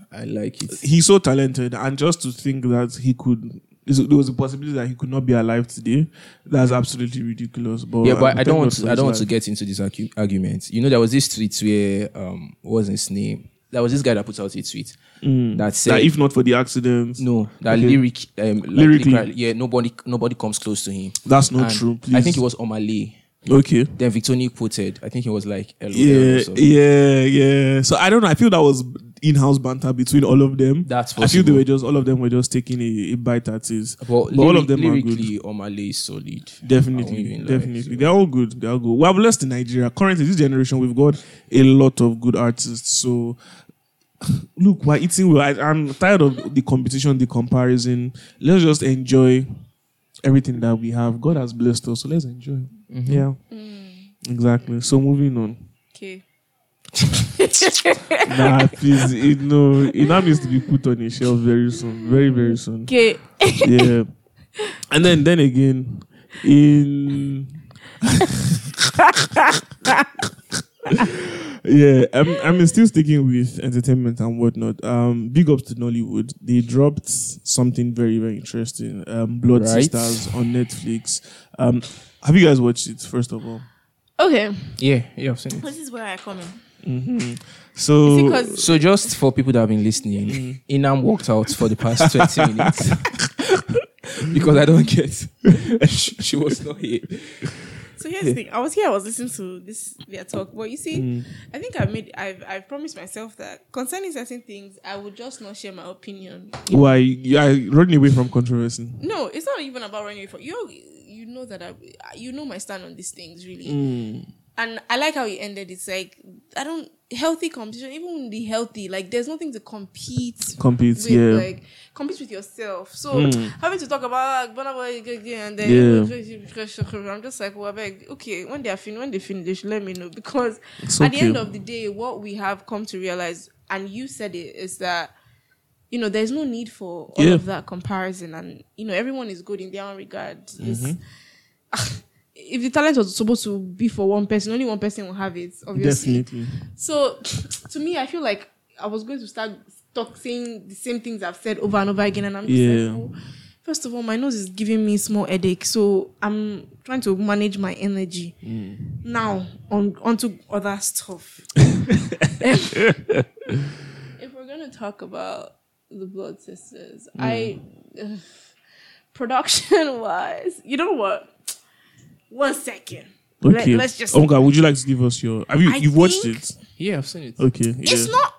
S2: I like it.
S1: he's so talented, and just to think that he could. is- There was a possibility that he could not be alive today. That's absolutely ridiculous. But
S2: yeah, but
S1: um,
S2: I
S1: thank
S2: don't want
S1: God
S2: to,
S1: for
S2: I
S1: his
S2: don't want to
S1: life.
S2: get into this argu- argument. You know, there was this tweet where um, what was his name? there was this guy that put out a tweet that said
S1: Mm. That if not for the accidents,
S2: no that
S1: Okay.
S2: lyric um, like,
S1: Lyrically.
S2: lyrical- yeah nobody nobody comes close to him.
S1: that's not
S2: And
S1: true. Please.
S2: I think it was Omale.
S1: okay.
S2: Then Victoni quoted. I think it was like LOL or
S1: Yeah,
S2: something.
S1: yeah, yeah. So I don't know. I feel that was in-house banter between all of them.
S2: That's
S1: I feel they
S2: possible.
S1: were just all of them were just taking a, a bite at it.
S2: But,
S1: But,
S2: lyric,
S1: all of them are good.
S2: lyrically, Omale is solid. I won't
S1: Definitely,
S2: even lie.
S1: definitely. They're all good. They're all good. We have less in Nigeria. Currently, this generation, we've got a lot of good artists. So, look, we're eating. Well, I, I'm tired of the competition, the comparison. Let's just enjoy everything that we have. God has blessed us, so let's enjoy.
S2: Mm-hmm.
S1: Yeah, exactly. So, moving on.
S3: Okay.
S1: Nah, please, it, no, it now needs to be put on a shelf very soon. Very, very soon.
S3: Okay.
S1: yeah. And then then again, in yeah, I'm I'm still sticking with entertainment and whatnot. Um, big ups to Nollywood. They dropped something very very interesting. Um, Blood
S2: Right.
S1: Sisters on Netflix. Um, have you guys watched it? First of all,
S3: Okay.
S2: Yeah, yeah, I've seen it.
S3: This is where I come in.
S1: so
S3: Is it 'cause-
S2: So just for people that have been listening, Inam walked out for the past 20 minutes because I don't get. she, she was not here.
S3: So here's the thing. I was here. I was listening to this their talk, but you see,
S2: Mm.
S1: mm,
S3: I think I made. I've I've promised myself that concerning certain things, I would just not share my opinion.
S1: why you are running away from controversy?
S3: No, it's not even about running away from you. You know that I, you know my stand on these things really, Mm. and I like how you ended. It's like I don't healthy competition. Even the healthy, like there's nothing to compete.
S1: Compete,
S3: with,
S1: yeah. Hmm.
S3: Like compete with yourself. So having to talk about Burna Boy again and then I'm just like, well, beg, okay. When they are finished, when they finish, they should let me know because
S1: It's
S3: at the
S1: okay.
S3: end of the day, what we have come to realize, and you said it, is that you know, there's no need for all
S1: Yeah.
S3: of that comparison, and you know, everyone is good in their own regard.
S1: Mm-hmm.
S3: It's- if the talent was supposed to be for one person, only one person will have it, obviously.
S1: Definitely.
S3: So, to me, I feel like I was going to start talk saying the same things I've said over and over again, and I'm just
S1: Yeah.
S3: like, oh, first of all, my nose is giving me small headache, so I'm trying to manage my energy now on onto other stuff. if we're gonna talk about the Blood Sisters, I
S1: Mm.
S3: ugh, production wise, you know what? One second. Let,
S1: Okay.
S3: us just.
S1: Omka, would you like to give us your? Have you
S3: I
S1: you've watched
S3: think-
S1: it?
S2: Yeah, I've seen it.
S1: Okay.
S3: It's
S1: yeah.
S3: not.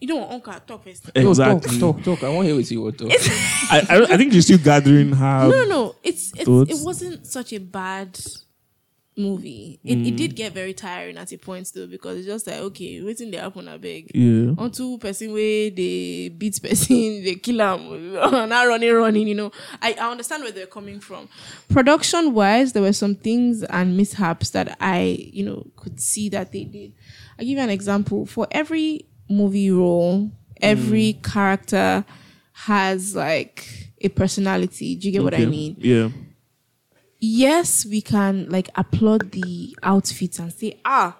S3: You don't want Uncle talk first.
S2: No,
S1: Exactly.
S2: Talk, talk, talk. I won't hear what you want to.
S1: I, I, don't- I think she's still gathering her.
S3: No, no, it's, it's
S1: thoughts?
S3: it wasn't such a bad movie. It, it did get very tiring at a point though because it's just like okay, waiting they happen I beg.
S1: Yeah.
S3: Onto person where they beat person, they kill them, not running, running. You know, I, I understand where they're coming from. Production wise, there were some things and mishaps that I, you know, could see that they did. I give you an example. For every movie role, every
S1: Hmm.
S3: character has like a personality. Do you get what I
S1: Okay.
S3: mean?
S1: Yeah.
S3: yes, we can like applaud the outfits and say, ah,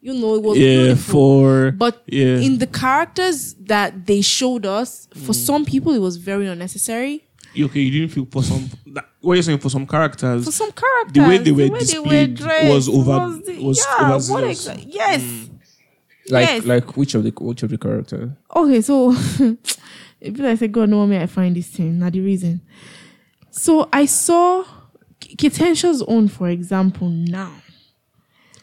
S3: you know, it was
S1: Yeah.
S3: beautiful.
S1: For
S3: But
S1: yeah.
S3: in the characters that they showed us, for
S1: Mm.
S3: some people it was very unnecessary.
S1: okay, you didn't feel for some. That, what you're saying for some characters.
S3: For some characters,
S1: The way they were displayed was over- Mm.
S3: the-
S1: was
S3: yeah, what
S1: overzealous.
S3: exa- yes.
S2: Like,
S3: Yes.
S2: like which of the which of the character?
S3: okay, so if I said God know me, I find this thing. Not the reason. So I saw K- Ketensha's own, for example, now.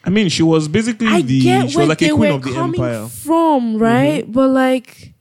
S1: I mean, she was basically
S3: I
S1: the.
S3: get
S1: she
S3: where
S1: was like
S3: they
S1: a queen
S3: were
S1: of the
S3: coming
S1: empire. Mm-hmm.
S3: from, right? But like,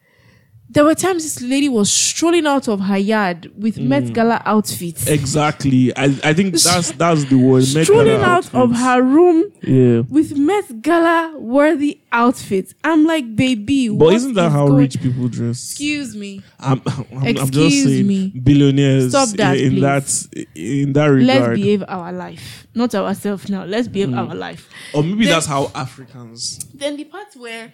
S3: there were times this lady was strolling out of her yard with
S1: Mm.
S3: Met Gala outfits,
S1: Exactly. I I think that's that's the word. Met
S3: strolling
S1: Gala
S3: out of
S1: outfits.
S3: her room
S1: Yeah.
S3: with Met Gala worthy outfits. I'm like, baby,
S1: But isn't that how rich people dress?
S3: Excuse me.
S1: I'm, I'm, I'm just
S3: Excuse
S1: saying,
S3: me.
S1: billionaires
S3: Stop that,
S1: in, in
S3: please.
S1: that in that regard,
S3: Let's behave our life, not ourselves now. Let's behave
S1: Mm.
S3: our life.
S1: or maybe
S3: Then-
S1: that's how Africans.
S3: Then the part where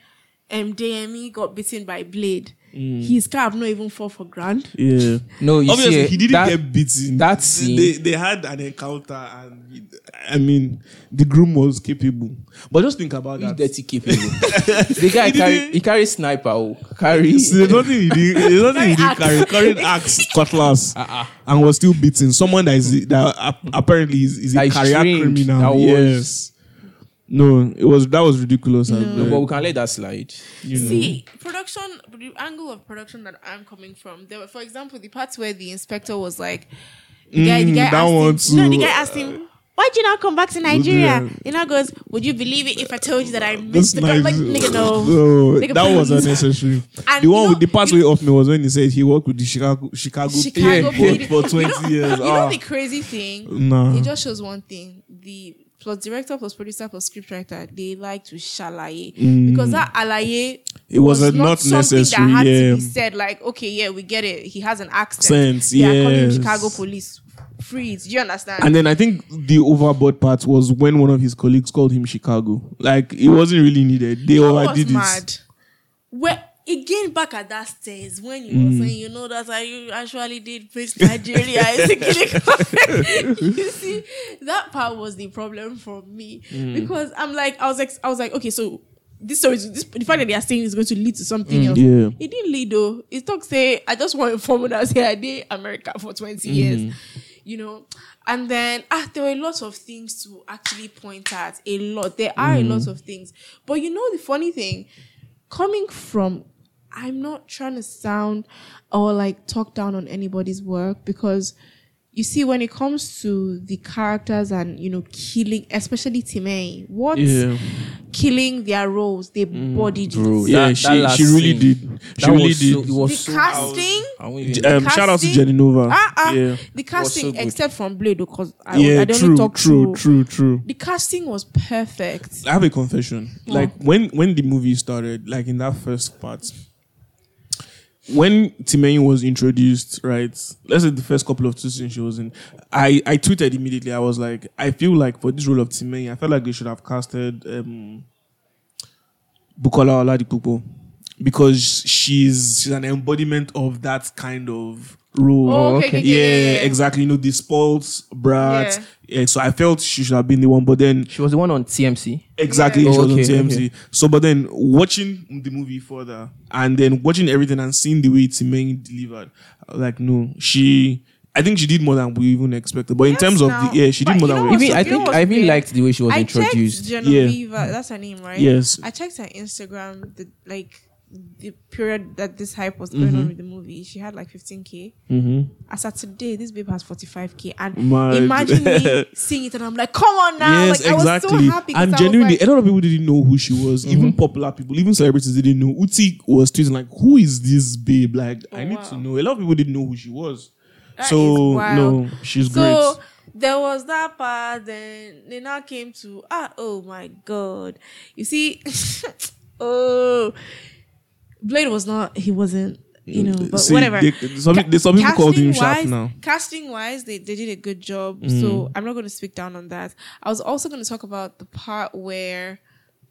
S3: um, DME got bitten by Blade,
S1: Mm.
S3: his car not even fall for grand.
S1: Yeah,
S2: No, you
S1: obviously
S2: see,
S1: he didn't
S2: that,
S1: get beaten.
S2: that
S1: They-
S2: scene-
S1: they, they had an encounter, and I mean, the groom was capable. But just think about
S2: He's
S1: that.
S2: dirty keeping. the guy
S1: He
S2: carry,
S1: didn't-
S2: he carries sniper. Oh, carry.
S1: So there's nothing he did. There's nothing he did
S3: Carry
S1: carry. Carrying axe, cutlass, and was still beaten. Someone that is that ap- apparently is, is a
S2: That is
S1: career
S2: trained.
S1: criminal.
S2: That was-
S1: yes, No, it was that was ridiculous. and,
S3: No.
S2: No,
S1: uh,
S2: but we can let that slide.
S1: you know.
S3: See, production, the angle of production that I'm coming from, there were, for example, the parts where the inspector was like, the guy, the
S1: Mm,
S3: guy
S1: that
S3: asked
S1: one
S3: him, no, the
S1: too,
S3: guy asked him, why'd you not come back to Nigeria?
S1: yeah.
S3: The guy goes, would you believe it if I told you that I
S1: That's
S3: missed the
S1: nice.
S3: nice. like, nigga, no.
S1: No,
S3: Nigga,
S1: that was
S3: please.
S1: unnecessary.
S3: And
S1: the
S3: you
S1: one
S3: know-
S1: with the part
S3: you-
S1: way off me was when he said he worked with the Chicago Chicago,
S3: Chicago
S1: Board
S3: PD.
S1: for
S3: You
S1: twenty
S3: know-
S1: years.
S3: You know
S1: Ah,
S3: the crazy thing?
S1: nah.
S3: It just shows one thing. The plus director plus producer plus scriptwriter, they like to shalaye. Because that alaye
S1: Mm. It was a not
S3: something
S1: necessary,
S3: that had
S1: yeah.
S3: to be said like, okay, yeah, we get it. He has an accent.
S1: Sense,
S3: they are calling
S1: yes.
S3: Chicago police. Freeze. Do you understand?
S1: And then I think the overboard part was when one of his colleagues called him Chicago. Like it wasn't really needed. They
S3: That
S1: overdid it.
S3: Well, again, back at that stage when you were saying, you know, that I you actually did face Nigeria. is a killing company." you see, that part was the problem for me because I'm like, I was like, I was like, okay, so this story, is- this the fact that they are saying is going to lead to something else.
S1: yeah.
S3: It didn't lead though. It talk say I just want to inform that say I did America for
S1: Mm-hmm.
S3: 20 years. You know, and then ah, there were a lot of things to actually point at. A lot. There are a
S1: Mm-hmm.
S3: lot of things. But you know the funny thing, coming from I'm not trying to sound or like talk down on anybody's work because you see when it comes to the characters and you know killing especially Timei, what
S1: Yeah. Mm,
S3: killing their roles, they bodied it.
S1: Yeah,
S2: That-
S1: she,
S2: that last
S1: she really
S2: scene.
S1: did. She
S2: That
S1: really
S2: was
S1: did.
S2: So, it was
S3: The
S2: so. uh,
S3: casting
S2: I won't even-
S1: um, shout out to
S3: casting-
S1: Jenny Nova.
S3: Ah, ah.
S1: uh, Yeah,
S2: so
S3: The casting,
S2: good.
S3: except from Blade, because I,
S1: yeah.
S3: I don't
S1: true,
S3: talk
S1: true,
S3: true,
S1: true, true.
S3: The casting was perfect.
S1: I have a confession. Like when when the movie started, like in that first part, when Timayin was introduced, right? Let's say the first couple of two scenes she was in, I I tweeted immediately. I was like, I feel like for this role of Timayin, I felt like they should have casted um, Bukola Oladipupo because she's she's an embodiment of that kind of role.
S3: Oh, okay, okay, okay,
S1: yeah,
S3: yeah, yeah.
S1: exactly. You know, the spoiled brat. Yeah, so I felt she should have been the one, but then
S2: She was the one on TMC.
S1: Exactly,
S2: Yeah.
S1: she was
S2: Oh, Okay,
S1: on TMZ. So, but then watching the movie further and then watching everything and seeing the way Timeng delivered, I was like, no, she, I think she did more than we even expected. But in
S3: Yes,
S1: terms of
S3: now.
S1: the, yeah, she
S3: But
S1: did more
S3: you
S1: than we
S3: know what's
S1: expected.
S2: Even, I
S3: you know
S2: think
S3: what's
S2: I even
S3: weird?
S2: liked the way she was
S3: I checked
S2: introduced.
S3: Genevieve, that's her name, right?
S1: Yes.
S3: I checked her Instagram, the, like the period that this hype was going on with the movie. She had like 15k.
S2: Mm-hmm.
S3: As at today, this babe has 45k. And
S1: Mad.
S3: imagine me seeing it, and I'm like, come on now!
S1: Yes,
S3: like I was
S1: exactly.
S3: so happy. 'cause I
S1: and
S3: was
S1: genuinely,
S3: like-
S1: a lot of people didn't know who she was. Even
S2: Mm-hmm.
S1: popular people, even celebrities didn't know. Uti was tweeting like, "Who is this babe?" Like, I need to
S3: Oh, wow.
S1: know. A lot of people didn't know who she was.
S3: That
S1: so
S3: is wild.
S1: no, she's
S3: so
S1: great.
S3: there was that part, then they now came to ah oh my god. You see oh Blade was not he wasn't you know, but
S1: Mm, See,
S3: whatever.
S1: they- some,
S3: Ca-
S1: some people called him sharp
S3: casting-wise-
S1: now. Mm.
S3: Casting wise, they, they did a good job. So I'm not going to speak down on that. I was also going to talk about the part where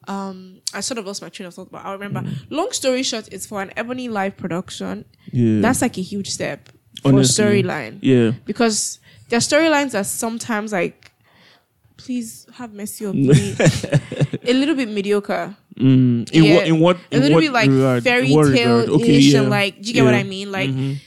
S3: um, I sort of lost my train of thought, but I remember.
S1: Mm.
S3: Long story short, it's for an Ebony Live production.
S1: Yeah,
S3: That's like a huge step
S1: Honestly.
S3: for storyline
S1: yeah.
S3: because their storylines are sometimes like, please have mercy on me, a little bit mediocre,
S1: Mm, in
S3: Yeah.
S1: what in what
S3: a
S1: in
S3: little
S1: what
S3: bit like
S1: regard?
S3: fairy
S1: In what
S3: tale
S1: regard? Okay,
S3: ish,
S1: yeah.
S3: and like, do you get what
S1: Yeah. Mm-hmm.
S3: I mean? Like.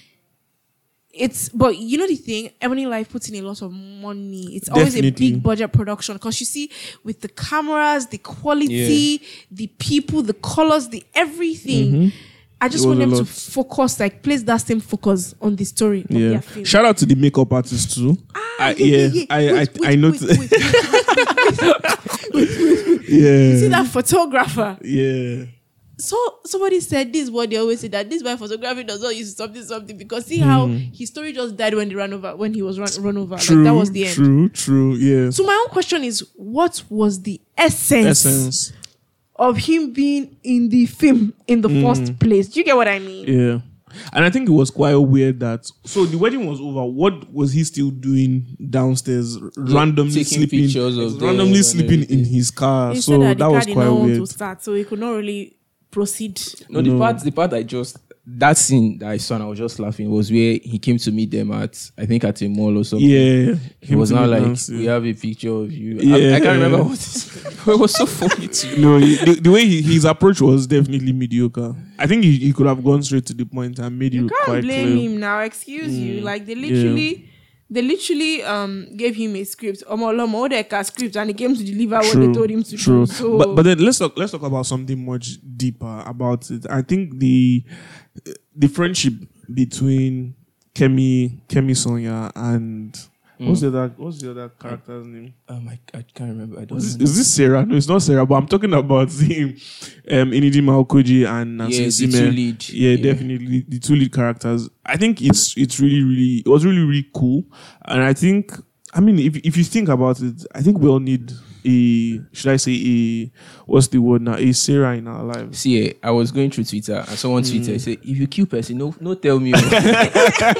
S3: It's but you know the thing, Ebony Life puts in a lot of money. It's always a
S1: Definitely.
S3: big budget production because you see with the cameras, the quality, the people, the colors, the everything. I just
S1: Mm-hmm. It
S3: want
S1: was a
S3: them to
S1: lot.
S3: focus, like place that same focus on the story. of
S1: Yeah.
S3: their film.
S1: Shout out to the makeup artist too.
S3: Ah,
S1: I, yeah, I I,
S3: Wait, wait,
S1: I know.
S3: wait, wait, wait.
S1: yeah.
S3: See that photographer.
S1: Yeah.
S3: So somebody said this is what they always say that this is why photography does not use something something because see how his story just died when they ran over when he was run, run over.
S1: Hmm. True.
S3: like that was the end.
S1: True. True. Yeah.
S3: So my own question is what was the essence,
S1: Essence.
S3: of him being in the film in the first place? Do you get what I mean?
S1: Hmm. Yeah. And I think it was quite weird that so the wedding was over. What was he still doing downstairs? Randomly
S2: taking
S1: sleeping,
S2: pictures of them
S1: randomly
S2: and
S1: sleeping in his car.
S3: He
S1: so that,
S3: said that the car
S1: was
S3: did
S1: quite
S3: not want
S1: weird.
S3: to start, so he could not really proceed.
S2: No, the
S1: No.
S2: part the part I just that scene that I saw and I was just laughing was where he came to meet them at I think at a mall or something.
S1: Yeah,
S2: He was not like we have a picture of you. I, I
S1: Yeah.
S2: can't remember what it was so funny too.
S1: no, he- the, the way he, his approach was definitely mediocre. I think he, he could have gone straight to the point and made it
S3: Can't
S1: quite
S3: blame
S1: clear. Mm,
S3: him now. Excuse you. Like they literally They literally um gave him a script, Omolomodeka script, and he came to deliver what
S1: True,
S3: they told him to
S1: true.
S3: do. So,
S1: but but then let's talk let's talk about something much deeper about it. I think the the friendship between Kemi Kemi Sonia and what's the other what's the other character's name?
S2: Um, I, I can't remember. I don't
S1: Is,
S2: know.
S1: is this Sarah? No, it's not Sarah. But I'm talking about him, um, Inidima Okoji and Nancy
S2: Yeah, the
S1: Zimmer.
S2: two lead.
S1: Yeah, definitely the two lead characters. I think it's it's really really it was really really cool, and I think I mean if if you think about it, I think we all need a should I say a what's the word now a Sarah in our lives.
S2: See, eh, I was going through Twitter and someone
S1: Mm.
S2: tweeted, say, if you kill person, no, no, tell me. oh."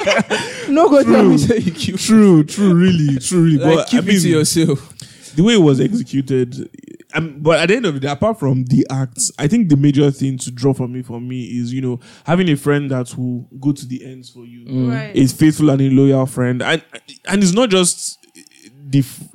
S2: no, go tell me, say you kill.
S1: True, true, really, true, really.
S2: Like,
S1: but
S2: keep
S1: I mean,
S2: it to yourself.
S1: the way it was executed. Um, but at the end of the day, apart from the acts, I think the major thing to draw from me for me is you know having a friend that will go to the ends for you,
S3: Right.
S1: a faithful and a loyal friend, and and it's not just the f-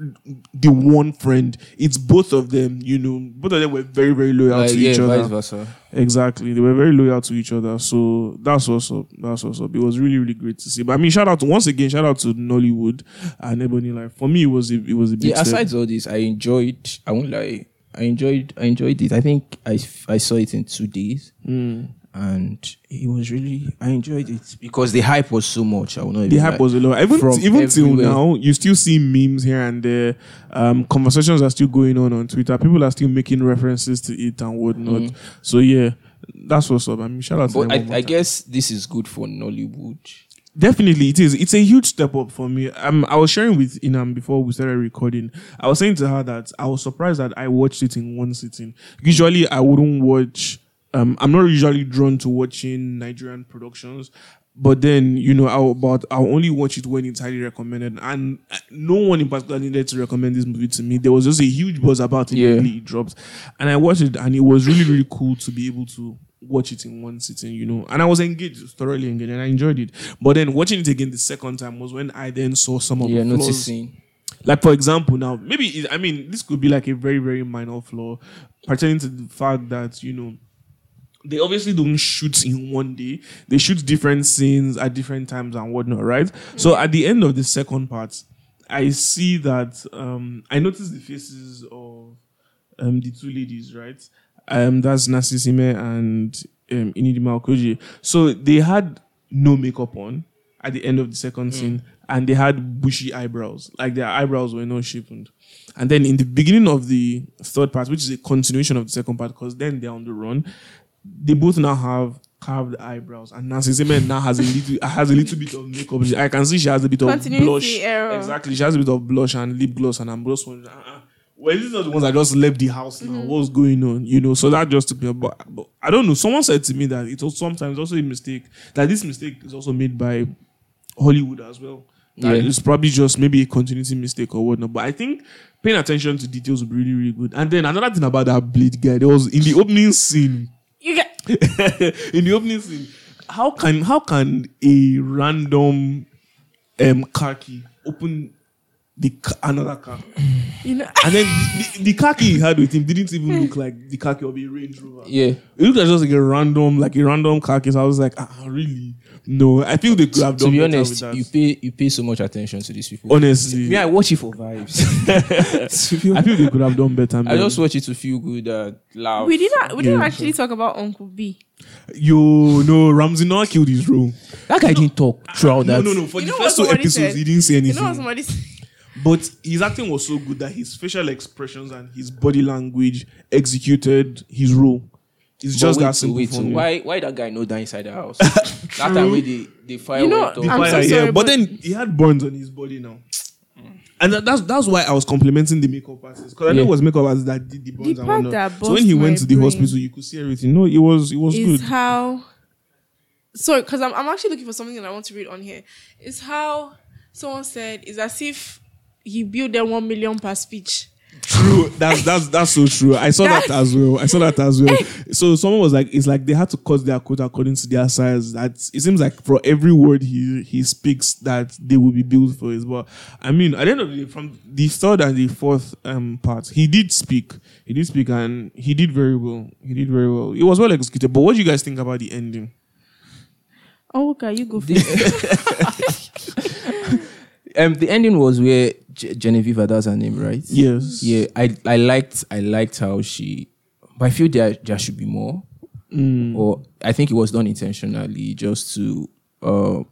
S1: the one friend; it's both of them. You know, both of them were very very loyal
S2: Like,
S1: to
S2: yeah,
S1: each
S2: vice
S1: other.
S2: versa.
S1: Exactly, they were very loyal to each other. So that's what's up. That's what's up. It was really really great to see. But I mean, shout out to, once again, shout out to Nollywood and Ebony Life. For me, it was a, it was a big
S2: Yeah,
S1: step.
S2: aside all this, I enjoyed, I won't lie, I enjoyed, I enjoyed it. I think I, I saw it in two days. And it was really, I enjoyed it because the hype was so much. I will not
S1: the
S2: even
S1: hype
S2: lie.
S1: was a lot. Even
S2: From
S1: even till
S2: everywhere.
S1: now, you still see memes here and there. Um, conversations are still going on on Twitter. People are still making references to it and whatnot. So yeah, that's what's up. I mean, shout out to
S2: Mm. But
S1: them. one
S2: I,
S1: more
S2: I
S1: time.
S2: guess this is good for Nollywood.
S1: Definitely, it is. It's a huge step up for me. Um, I was sharing with Inam before we started recording. I was saying to her that I was surprised that I watched it in one sitting. Usually, I wouldn't watch. Um, I'm not usually drawn to watching Nigerian productions, but then you know, I'll but I'll only watch it when it's highly recommended. And uh, no one in particular needed to recommend this movie to me. There was just a huge buzz about it
S2: Yeah.
S1: immediately it dropped, and I watched it, and it was really really cool to be able to watch it in one sitting, you know. And I was engaged, thoroughly engaged, and I enjoyed it. But then watching it again the second time was when I then saw some of
S2: Yeah,
S1: the flaws.
S2: noticing.
S1: Like for example, now maybe it, I mean this could be like a very very minor flaw, pertaining to the fact that you know they obviously don't shoot in one day. They shoot different scenes at different times and whatnot, right? So at the end of the second part, I see that um, I notice the faces of um, the two ladies, right? Um, that's Nancy Sime and um, Inidima Okoji. So they had no makeup on at the end of the second
S3: Hmm.
S1: scene, and they had bushy eyebrows. Like their eyebrows were not sharpened. And then in the beginning of the third part, which is a continuation of the second part, because then they're on the run, they both now have carved eyebrows, and Nancy Zimmer now has a little has a little bit of makeup. She- I can see she has a bit of
S3: Continuity
S1: blush.
S3: error.
S1: Exactly, she has a bit of blush and lip gloss, and I'm just wondering. Uh-uh. Well, these are the ones that just left the house now. What's going on? You know, so that just took me. a- But, but I don't know. Someone said to me that it was sometimes also a mistake. That this mistake is also made by Hollywood as well. That
S2: Yeah.
S1: It's probably just maybe a continuity mistake or whatnot. But I think paying attention to details would be really, really good. And then another thing about that bleed guy, there was in the opening scene.
S3: you get
S1: in the opening scene, how can how can a random um car key open the ca- another car?
S3: you know.
S1: And then the, the, the car key he had with him didn't even
S3: Hmm.
S1: look like the car key of a Range Rover.
S2: Yeah.
S1: It looked like just like a random, like a random car key. So I was like, ah, really? No, I think they could have
S2: To
S1: done
S2: be
S1: better
S2: honest,
S1: with that.
S2: you pay you pay so much attention to these people.
S1: honestly,
S2: Yeah, Oh, I watch it for vibes. To be
S1: I
S2: honest,
S1: feel they could have done better.
S2: I
S1: man.
S2: just watch it to feel good, uh, laugh.
S3: We didn't. We didn't
S1: Yeah.
S3: actually talk about Uncle B.
S1: Yo, no, Ramsey not killed his role.
S2: That guy didn't talk throughout
S1: No,
S2: that.
S1: no, no. For
S3: You
S1: the
S3: know
S1: first two
S3: what somebody
S1: episodes,
S3: said?
S1: he didn't say
S3: You
S1: anything.
S3: know what somebody said?
S1: But his acting was so good that his facial expressions and his body language executed his role. It's just
S2: wait,
S1: that
S2: to-
S1: simple
S2: wait,
S1: for
S2: to-
S1: me.
S2: Why why that guy no die inside the house? that time we the the fire
S3: You know,
S2: went off.
S3: I'm
S1: Why-
S3: so
S1: yeah,
S3: sorry,
S1: but,
S3: but-
S1: then he had burns on his body now. And that, that's that's why I was complimenting the makeup artist because I know
S2: Mm. Yeah.
S1: it was makeup artist that did the burns and
S3: part
S1: whatnot.
S3: that
S1: So when he
S3: burst
S1: went
S3: my
S1: to the
S3: brain
S1: hospital, you could see everything. No, it was it was
S3: is
S1: good.
S3: how sorry because I'm, I'm actually looking for something that i want to read on here is how someone said it's as if he billed them one million per speech
S1: True. That's that's that's so true. I saw that as well. I saw that as well. So someone was like, it's like they had to cut their quote according to their size. That it seems like for every word he he speaks, that they will be billed for it. But I mean, at the end of the day, from the third and the fourth um part, he did speak. He did speak, and he did very well. He did very well. It was well executed. But what do you guys think about the ending?
S3: oh okay you go
S2: The- um, the ending was where Ge- Genevieve, that's her name, right?
S1: Yes.
S2: Yeah, I I liked I liked how she. But I feel there there should be more,
S1: Mm.
S2: or I think it was done intentionally just to. Uh,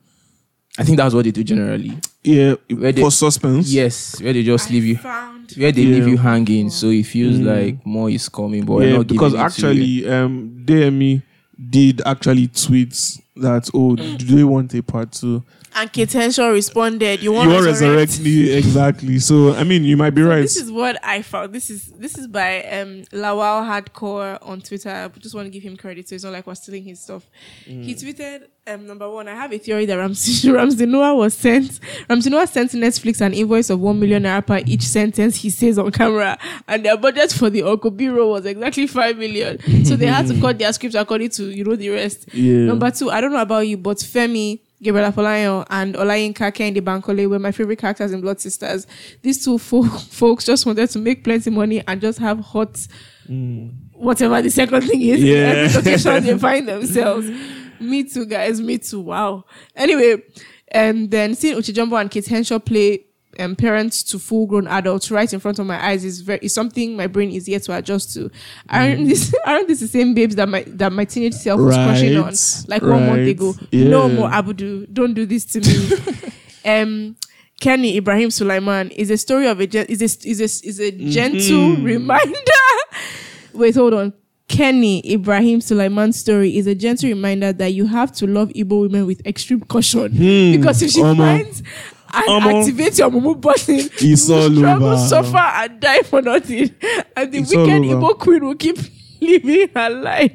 S2: I think that's what they do generally.
S1: Yeah.
S2: Where they-
S1: for suspense.
S2: Yes, where they just leave you,
S3: Found
S2: where they leave
S1: Yeah. Mm.
S2: you hanging, so it feels like more is coming, but we're
S1: yeah,
S2: not giving
S1: because
S2: it to you.
S1: actually, um, DME did actually tweet that, oh, do they want a part two?
S4: And Ketenshaw responded, "You
S1: You
S4: want
S1: won't
S4: resurrect?
S1: resurrect me. Exactly. So, I mean, you might be right.
S3: This is what I found. This is this is by um, Lawal Hardcore on Twitter. I just want to give him credit, so it's not like we're stealing his stuff. He tweeted, um, number one, I have a theory that Ramsey Ramsey Noah was sent. Ramsey Noah sent Netflix an invoice of one million naira per each sentence he says on camera, and their budget for the Okobiro was exactly five million. so they had to cut their scripts according to you know the rest.
S1: yeah.
S3: Number two, I don't know about you, but Femi, Gabriela Folayan, and Olayinka Kende Bankole were my favorite characters in Blood Sisters. These two fo- folks just wanted to make plenty money and just have hot,
S1: Mm.
S3: whatever the second thing is,
S1: Yeah.
S3: in every location they find themselves. me too, guys. Me too. Wow. Anyway, and then seeing Uchijumbo and Kate Henshaw play um, parents to full grown adults right in front of my eyes is very is something my brain is yet to adjust to.
S1: Mm.
S3: Aren't this aren't this the same babes that my that my teenage self was crushing on
S1: Right,
S3: like one month
S1: right,
S3: ago?
S1: yeah.
S3: No more Abudu, don't do this to me. um Kenny Ibrahim Sulaiman is a story of a gen- is a is a is a
S1: Mm-hmm.
S3: gentle reminder. Wait, hold on. Kenny Ibrahim Sulaiman's story is a gentle reminder that you have to love Igbo women with extreme caution because if she
S1: Hmm. Omo.
S3: finds and
S1: Omo.
S3: activates your mumu button, you will
S1: all
S3: struggle,
S1: over.
S3: suffer, and die for nothing. And the
S1: It's all
S3: wicked
S1: over.
S3: Igbo queen will keep living her life.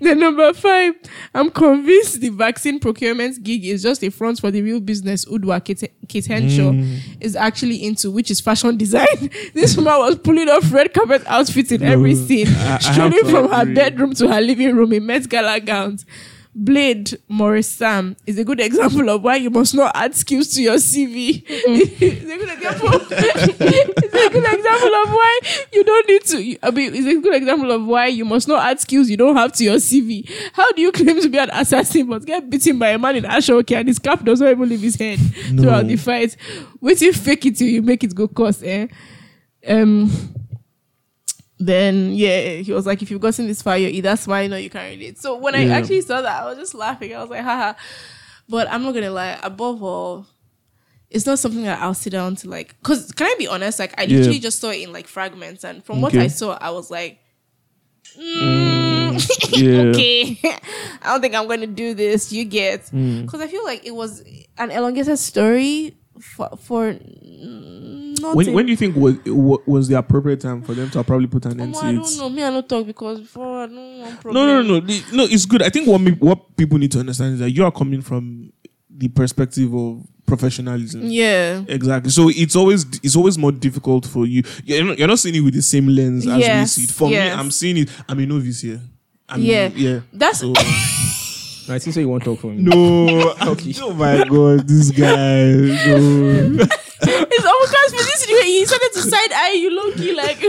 S3: the number five, I'm convinced the vaccine procurement gig is just a front for the real business Udwa Kit- Kitensho
S1: Hmm. Mm.
S3: is actually into, which is fashion design. this woman was pulling off red carpet outfits in every
S1: No,
S3: scene,
S1: I- I have
S3: strolling
S1: to
S3: from her
S1: agree.
S3: bedroom to her living room in Met Gala gowns. Blade Morris Sam is a good example of why you must not add skills to your CV. it's a good example. it's a good example of why you don't need to. I mean, it's a good example of why you must not add skills you don't have to your CV. How do you claim to be an assassin but get beaten by a man in Ashoke and his cap does not even leave his head throughout the fight? Wait till fake it till you make it go course, eh? Um, then yeah, he was like, if you've gotten this far, you're either smiling or you can't relate. So when I
S1: Yeah.
S3: actually saw that, I was just laughing. I was like, haha. But I'm not gonna lie, above all, it's not something that I'll sit down to like cause can I be honest? Like I
S1: Yeah.
S3: literally just saw it in like fragments and from what
S1: Okay.
S3: I saw, I was like, mm,
S1: yeah.
S3: okay. I don't think I'm gonna do this. You get
S1: Mm.
S3: because I feel like it was an elongated story for for mm, nothing.
S1: When, when do you think was wa- was the appropriate time for them to probably put an end
S3: Omo,
S1: to
S3: Oh, I
S1: it?
S3: don't know. Me, I don't talk because before I don't want problem.
S1: No, no, no, no. The- No, it's good. I think what me, what people need to understand is that you are coming from the perspective of professionalism.
S3: Yeah.
S1: Exactly. So it's always it's always more difficult for you. You're not, you're not seeing it with the same lens as
S3: Yes,
S1: we see it. For
S3: yes.
S1: me, I'm seeing it. I'm a novice here. I'm
S3: Yeah.
S1: yeah.
S3: That's
S1: So
S2: No, I think so. You won't talk for me.
S1: no. Oh my god, this guy. No.
S3: it's overcast for this anyway. He started to side eye you Loki like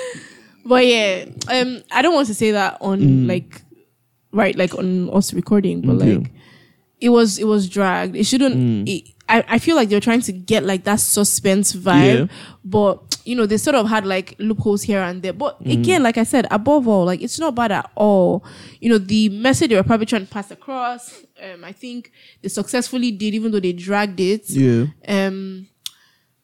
S3: But yeah, um I don't want to say that on like right, like on us recording, but
S1: Mm. Okay. Mm.
S3: like it was it was dragged. It shouldn't it, I, I feel like they were trying to get like that suspense vibe,
S1: Yeah.
S3: but you know, they sort of had like loopholes here and there. But
S1: Mm.
S3: again, like I said, above all, like it's not bad at all. You know, the message they were probably trying to pass across, um, I think they successfully did, even though they dragged it
S1: Yeah.
S3: um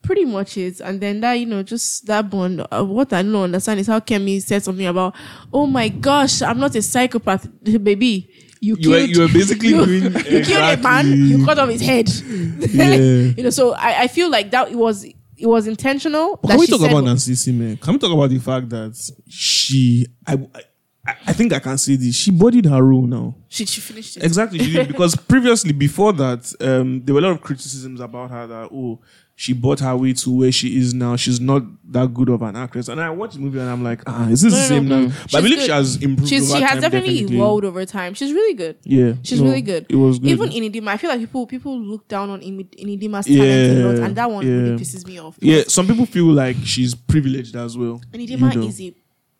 S3: pretty much it and then that you know just that bond uh, what i don't understand is how kemi said something about oh my gosh i'm not a psychopath baby you
S1: You were
S3: killed
S1: you were basically
S3: you,
S1: doing
S3: you killed a man you cut off his head
S1: Yeah.
S3: you know so I, I feel like that it was it was intentional
S1: But
S3: that
S1: can we
S3: she
S1: talk
S3: said-
S1: about Nancy Simon? Can we talk about the fact that she I I, I think I can say this. She bodied her role now.
S3: she, she finished it
S1: Exactly, she did because previously, before that, um, there were a lot of criticisms about her that oh, she bought her way to where she is now. She's not that good of an actress. And I watched the movie and I'm like, ah, is this the
S3: No,
S1: same
S3: no,
S1: now?
S3: no.
S1: But I
S3: She's
S1: believe
S3: good.
S1: she has improved.
S3: She's,
S1: over
S3: she
S1: time,
S3: has definitely evolved over time. She's really good.
S1: Yeah,
S3: She's
S1: no,
S3: really good.
S1: It was good.
S3: Even in Inidima, I feel like people people look down on Imi- Inidima's talent a lot,
S1: Yeah,
S3: and that one
S1: yeah.
S3: really pisses me off.
S1: yeah, some people feel like she's privileged as well.
S3: Nidima
S1: you know.
S3: is a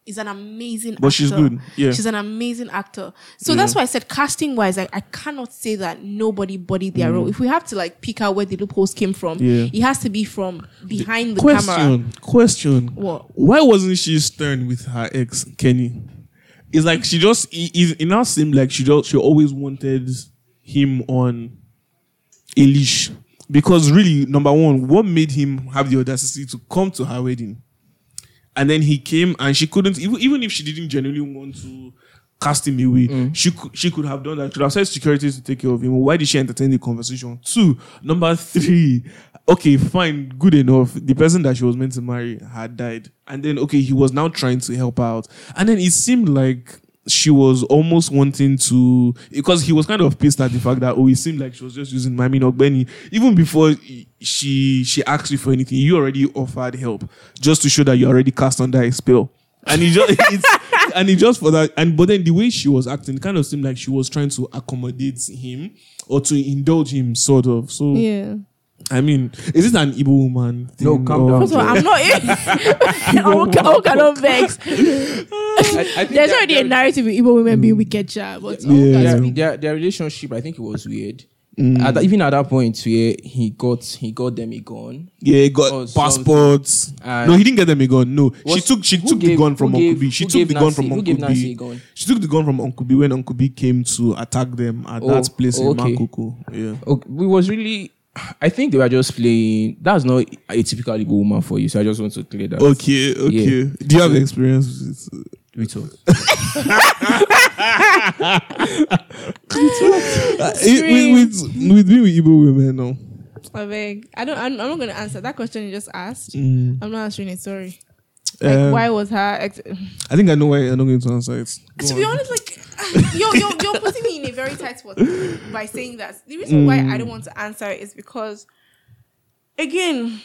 S4: is an amazing
S1: But she's
S4: actor.
S1: good, yeah.
S4: She's an amazing actor. So that's why I said casting wise, I, I cannot say that nobody bodied their role. If we have to like pick out where the loopholes came from,
S1: Mm. Yeah.
S4: it has to be from behind the
S1: question,
S4: camera.
S1: question.
S4: What?
S1: Why wasn't she stern with her ex Kenny? It's like she just it, it, it now seemed like she just she always wanted him on a leash because really number one, what made him have the audacity to come to her wedding? And then he came and she couldn't even even if she didn't genuinely want to cast him away, she could she could have done that. Should have said security to take care of him. Why did she entertain the conversation? Two, number three, okay, fine, good enough. The person that she was meant to marry had died. And then okay, he was now trying to help her out. And then it seemed like she was almost wanting to because he was kind of pissed at the fact that oh it seemed like she was just using Mami Benny even before she she asked you for anything you already offered help just to show that you already cast under a spell and he just it's, and he just for that and but then the way she was acting it kind of seemed like she was trying to accommodate him or to indulge him sort of so
S3: Yeah.
S1: I mean is it an Igbo woman
S2: No,
S1: thing
S2: calm
S1: or-
S2: down.
S4: First of all, I'm not.
S3: I cannot vex.
S2: I, I think
S3: There's
S2: that-
S3: already a
S2: that-
S3: narrative with Igbo women being wicked, child, but
S1: Mm. Yeah.
S2: their, their, their relationship, I think it was weird. At that- even at that point where he got he got them a gun.
S1: Yeah, he got
S2: Or
S1: passports.
S2: And-
S1: no, he didn't get them a gun. No, she
S2: Oh, What's-
S1: took she
S2: who
S1: took the
S2: gave-
S1: gun from
S2: who
S1: Uncle
S2: gave-
S1: B. She
S2: who
S1: took
S2: gave
S1: the gun
S2: Nancy-
S1: from
S2: who
S1: Uncle
S2: gave Nancy
S1: B.
S2: a gun?
S1: She took the gun from Uncle B when Uncle B came to attack them at
S2: Oh,
S1: that place in
S2: okay.
S1: Makuku. Yeah,
S2: Okay, we was really. I think they were just playing. That's not a typical Igbo woman for you. So I just want to clear that.
S1: Okay, okay.
S2: Yeah.
S1: Do you have experience with it?
S2: We talked.
S1: Uh, eh, with, with, with being with Igbo women now?
S3: I beg. I don't. I'm, I'm not gonna answer that question you just asked. I'm not answering it. Sorry. Like,
S1: Mm. Um,
S3: why was her? Ex-
S1: I think I know why I'm not going to answer it. Go
S4: to be
S1: on.
S4: honest, like you're, you're, you're putting me in a very tight spot by saying that. The reason why I
S1: Mm.
S4: don't want to answer is because,
S3: again,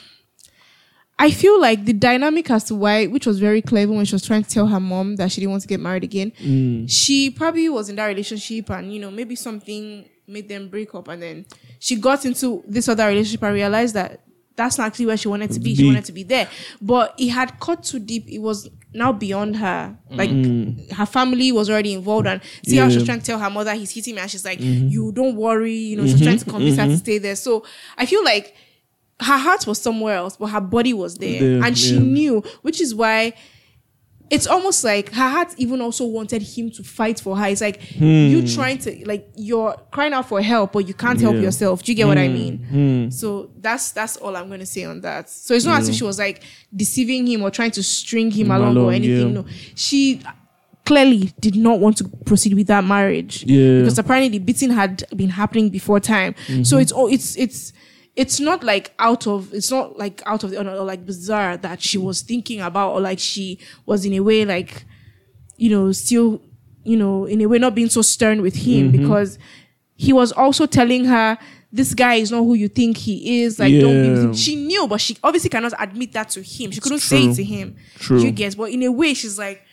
S3: I feel like the dynamic as to why, which was very clever when she was trying to tell her mom that she didn't want to get married again,
S1: Mm.
S3: she probably was in that relationship and, you know, maybe something made them break up. And then she got into this other relationship and realized that that's not actually where she wanted to be. She
S1: Be-
S3: wanted to be there. But it had cut too deep. It was now beyond her. Like, her family was already involved. And see how
S1: Mm.
S3: she was
S1: Yeah. Mm-hmm.
S3: trying to tell her mother he's hitting me. And she's like, you don't worry. You know, she was trying to convince her to stay there. So I feel like her heart was somewhere else, but her body was there.
S1: There,
S3: and she
S1: yeah.
S3: knew, which is why it's almost like her heart even also wanted him to fight for her. It's like you trying to like you're crying out for help, but you can't help
S1: Hmm. Yeah. Hmm.
S3: yourself. Do you get what I mean?
S2: Hmm.
S1: Mm.
S3: So that's that's all I'm gonna say on that. So it's not as if she was like deceiving him or trying to string him
S1: Mm,
S3: along,
S1: along,
S3: or anything.
S1: yeah.
S3: No. She clearly did not want to proceed with that marriage
S1: Yeah.
S3: because apparently the beating had been happening before time
S1: Mm-hmm.
S3: so it's all it's it's it's not like out of it's not like out of the or not- or like bizarre that she was thinking about or like she was in a way like you know still you know in a way not being so stern with him
S1: Mm-hmm.
S3: because he was also telling her this guy is not who you think he is like don't be
S1: Yeah.
S3: with him." she knew but she obviously cannot admit that to him she couldn't say
S1: true.
S3: it to him
S1: True.
S3: you guess but in a way she's like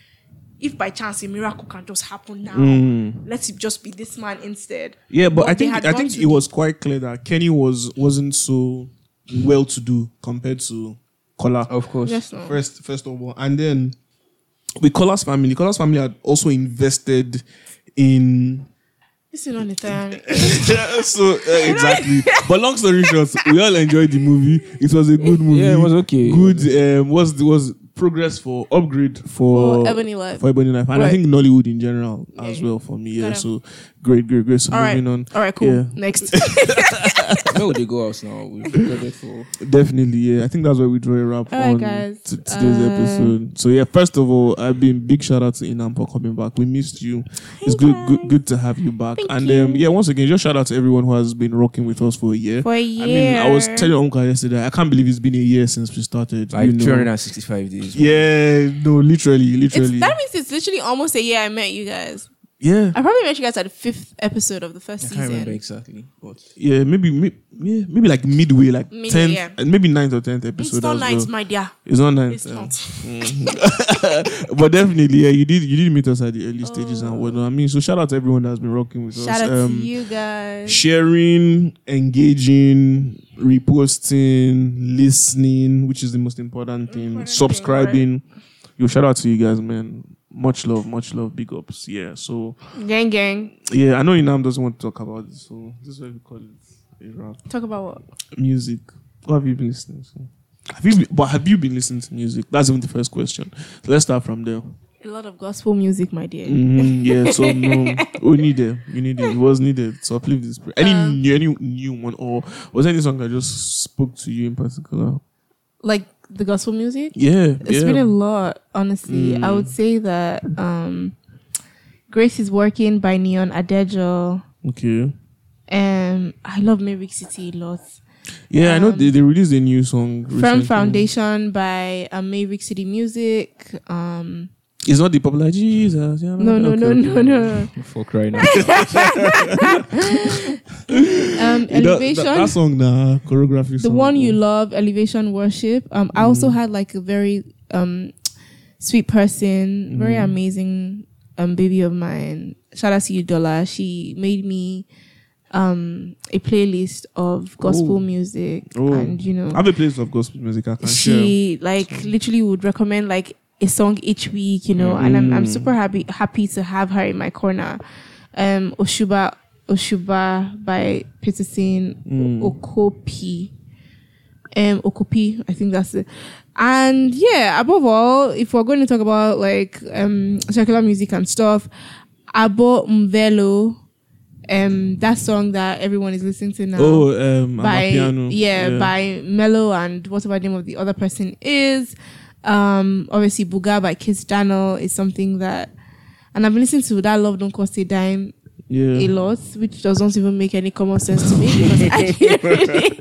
S3: if by chance a miracle can just happen now, let it just be this man instead.
S1: Mm. Yeah, but, I
S3: they
S1: think
S3: had
S1: I
S3: gone
S1: think
S3: to
S1: it was quite clear that Kenny was wasn't so well to do compared to Kola.
S2: Of course.
S3: Yes, no.
S1: First, first of all, and then with Kola's family, Kola's family had also invested in.
S3: Listen on the time.
S1: so uh, exactly, but long story short, we all enjoyed the movie. It was a good movie.
S2: Yeah, it was okay.
S1: Good. Um, was was progress for upgrade for
S3: For Ebony Life.
S1: Oh, for Ebony Life, and I
S3: Right.
S1: think Nollywood in general as well for me. Yeah,
S3: Got 'em.
S1: so great, great, great. So
S3: All right.
S1: moving on.
S3: All right, cool.
S1: Yeah.
S3: Next.
S2: Where would they go out now? We forget for.
S1: Definitely, yeah. I think that's where we draw a wrap
S3: All right,
S1: on
S3: guys.
S1: to today's
S3: Uh,
S1: episode. So yeah, first of all, I've been big shout out to Inam for coming back. We missed you. it's good, good, good to have you back.
S3: Thank
S1: and
S3: you.
S1: um, yeah, once again, just shout out to everyone who has been rocking with us for a year.
S3: For a
S1: I mean, I was
S3: year.
S1: telling Uncle yesterday, I can't believe it's been a year since we started.
S2: Like
S1: you know.
S2: 365 days.
S1: Yeah, no, literally,
S3: it's,
S1: literally.
S3: that means it's literally almost a year I met you guys.
S1: yeah,
S3: I probably met you guys at the fifth episode of the first
S2: I can't remember
S3: season.
S2: exactly. But
S1: yeah, maybe, may- yeah, maybe like midway, like
S3: Midway,
S1: tenth,
S3: yeah.
S1: and maybe ninth or tenth episode.
S3: It's not
S1: as
S3: night,
S1: well.
S3: my dear.
S1: It's not ninth.
S3: It's
S1: um,
S3: not.
S1: but definitely, yeah, you did you did meet us at the early stages and whatnot. I mean, so shout out to everyone that's been rocking with us.
S3: Oh.
S1: Um,
S3: Shout out to you guys.
S1: Sharing, engaging, reposting, listening, which is the most important thing.
S3: Important thing,
S1: Subscribing. Yo, shout out to you guys, man. Much love, much love, big ups. Yeah. So
S3: Gang, gang.
S1: yeah, I know Inam doesn't want to talk about this, so this is why we call it a wrap.
S3: Talk about what?
S1: Music. What have you been listening to? Have you been, but have you been listening to music? That's even the first question. So let's start from there.
S3: A lot of gospel music, my dear.
S1: Mhm, yeah, so no, we need it. You need it. It was needed. So uplift this. prayer. Any
S3: Um,
S1: new, any new one, or was there any song that just spoke to you in particular?
S3: Like the gospel music?
S1: Yeah,
S3: It's
S1: yeah. Mm.
S3: been a lot, honestly. I would say that um, Grace is Working by Neon Adejo.
S1: okay.
S3: Um, I love Maverick City a lot.
S1: Yeah, I know
S3: Um,
S1: they, they released a new song.
S3: Firm
S1: recently.
S3: Foundation by uh, Maverick City Music. Um,
S1: It's not the popular Jesus. Yeah,
S3: no, no,
S1: okay,
S3: no,
S1: okay.
S3: no, no.
S2: Fuck right now.
S3: Um,
S1: It does-
S3: Elevation.
S1: that, that song, nah, choreography.
S3: the one you love, Elevation Worship. Um, I
S1: Mm.
S3: also had like a very um sweet person, very
S1: Mm.
S3: amazing um baby of mine. Shout out to you, Dollar. She made me um a playlist of gospel
S1: Oh.
S3: music,
S1: Oh.
S3: and you know
S1: I have a place of gospel music. I can share.
S3: she like literally would recommend like a song each week, you know, and I'm I'm super happy happy to have her in my corner. Um Oshuba Oshuba by Peterson Okopi. Um Okopi, I think that's it. And yeah, above all, if we're going to talk about like um secular music and stuff, Abo Mvelo, um that song that everyone is listening to now
S1: Oh, um,
S3: by
S1: I'm a piano.
S3: yeah, by Mello and whatever the name of the other person is. Um, obviously Buga by Kiss Daniel is something that, and I've been listening to that Love Don't Cost a Dime a
S1: yeah.
S3: lot, which doesn't even make any common sense to me because I can't really,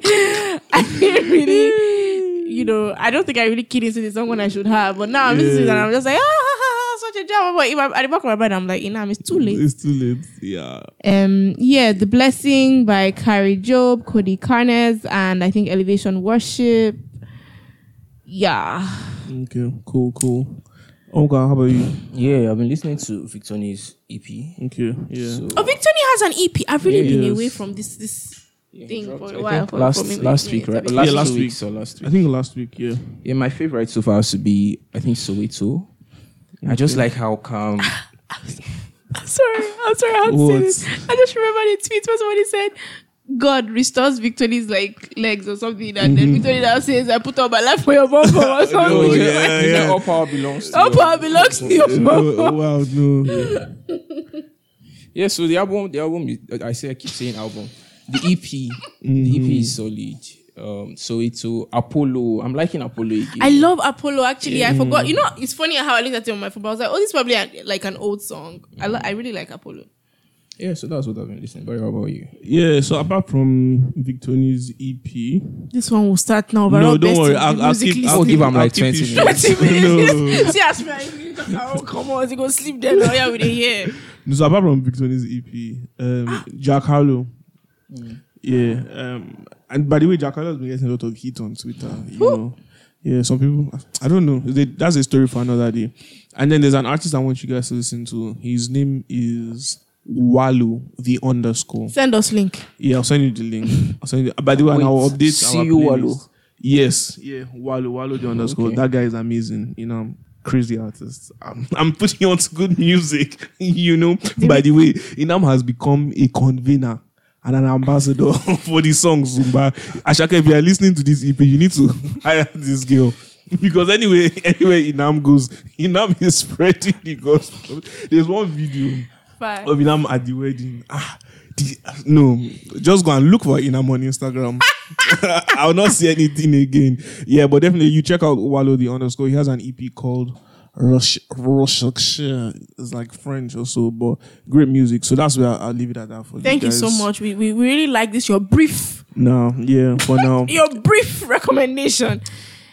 S3: I can't really, you know, I don't think I really keyed into the song when I should have, but now I'm listening to it and I'm just like, ah, such a jam. But in my, at the back of my mind, I'm like, nah, it's too late.
S1: It's too late. Yeah.
S3: Um, yeah, The Blessing by Carrie Job, Cody Carnes, and I think Elevation Worship. Yeah.
S1: Okay. Cool. Cool. Uncle, how about you?
S2: yeah, I've been listening to Victorini's EP.
S1: Okay. Yeah.
S2: So,
S3: Oh, Victoria has an EP. I've really been
S1: Yes.
S3: away from this this thing for a
S2: I
S3: while.
S2: think
S3: For,
S2: last
S3: for maybe
S2: last
S3: eight
S2: week,
S3: minutes,
S2: right?
S3: I
S2: Last,
S1: Yeah, last
S2: two
S1: week.
S2: weeks or last
S1: I
S2: week.
S1: think last week. Yeah.
S2: Yeah, my favorite so far has to be I think Soweto. I just like how calm.
S3: I'm sorry. I'm sorry. I have to say
S1: What?
S3: this. I just remembered a tweet where somebody said, God restores Victory's like legs or something, and
S1: Mm-hmm.
S3: then Victory now says, "I put all my life for your mom or something."
S1: Oh,
S2: You know,
S1: yeah,
S2: you know,
S1: yeah.
S2: All power belongs to.
S3: All
S2: your-
S3: power belongs to your
S1: oh, oh,
S3: mom.
S1: wow. No.
S2: Yeah, so the album, the album, is- I say I keep saying album. The EP, the
S1: Mm-hmm.
S2: EP is solid. Um, so it's uh, Apollo. I'm liking Apollo again.
S3: I love Apollo. Actually, I forgot. You know, it's funny how I looked at it on my phone. But I was like, "Oh, this is probably an- like an old song." I lo- I really like Apollo.
S2: yeah, so that's what I've been listening. But how about you?
S1: Yeah. So apart from Victorini's EP,
S3: This one will start now.
S1: no, don't worry. I'll, I'll keep.
S2: I'll give him like
S1: keep
S2: 20
S1: it
S2: minutes.
S1: short. no.
S3: See, I Oh come on, you gonna sleep there now? Yeah, with the hair.
S1: So apart from Victorini's EP, um, Jack Harlow. Yeah. Um, and by the way, Jack Harlow's been getting a lot of heat on Twitter. You know. Yeah, some people. I don't know. They, that's a story for another day. And then there's an artist I want you guys to listen to. His name is Walu the underscore.
S3: Send us link.
S1: Yeah, I'll send you the link. I'll send you the, by the way, and I'll
S2: Wait,
S1: update
S2: see
S1: our
S2: you,
S1: playlist.
S2: Walu.
S1: Yes, yeah, Walu, Walu the underscore.
S2: Okay.
S1: That guy is amazing. You know, crazy artist. I'm, I'm putting on to good music. You know, by the way, Inam has become a convener. And an ambassador for the song Zumba. Ashaka, if you are listening to this EP, you need to hire this girl. Because anyway, anyway, Inam goes, Inam is spreading the gospel. There's one video
S3: Bye.
S1: of Inam Oh, at the wedding. Ah, the, no, just go and look for Inam on Instagram. I'll not see anything again. Yeah, but definitely you check out Wallo the underscore. He has an EP called Rush Rush. uh, It's like French or so, but great music. So that's where I'll, I'll leave it at that for
S3: Thank you
S1: guys.
S3: so much. We, we we really like this. Your brief
S1: No, yeah, for now.
S3: your brief recommendation.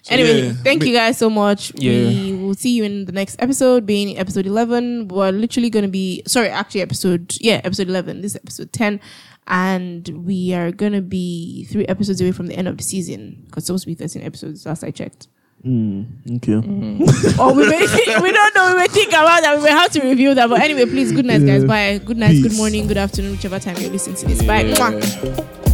S3: Anyway,
S1: yeah.
S3: thank you guys so much. We
S2: Yeah.
S3: will see you in the next episode, being episode 11. We're literally going to be, sorry, actually, episode, yeah, episode 11. This is episode 10. And we are going to be three episodes away from the end of the season because it's supposed to be 13 episodes, last I checked.
S1: Okay.
S3: or we may, we don't know, we may think about that, we may have to review that. But anyway, please, good night, guys.
S1: Yeah.
S3: Bye. Good night, good
S1: Peace.
S3: morning, good afternoon, whichever time you're listening to this. Bye. Mwah.
S2: Yeah.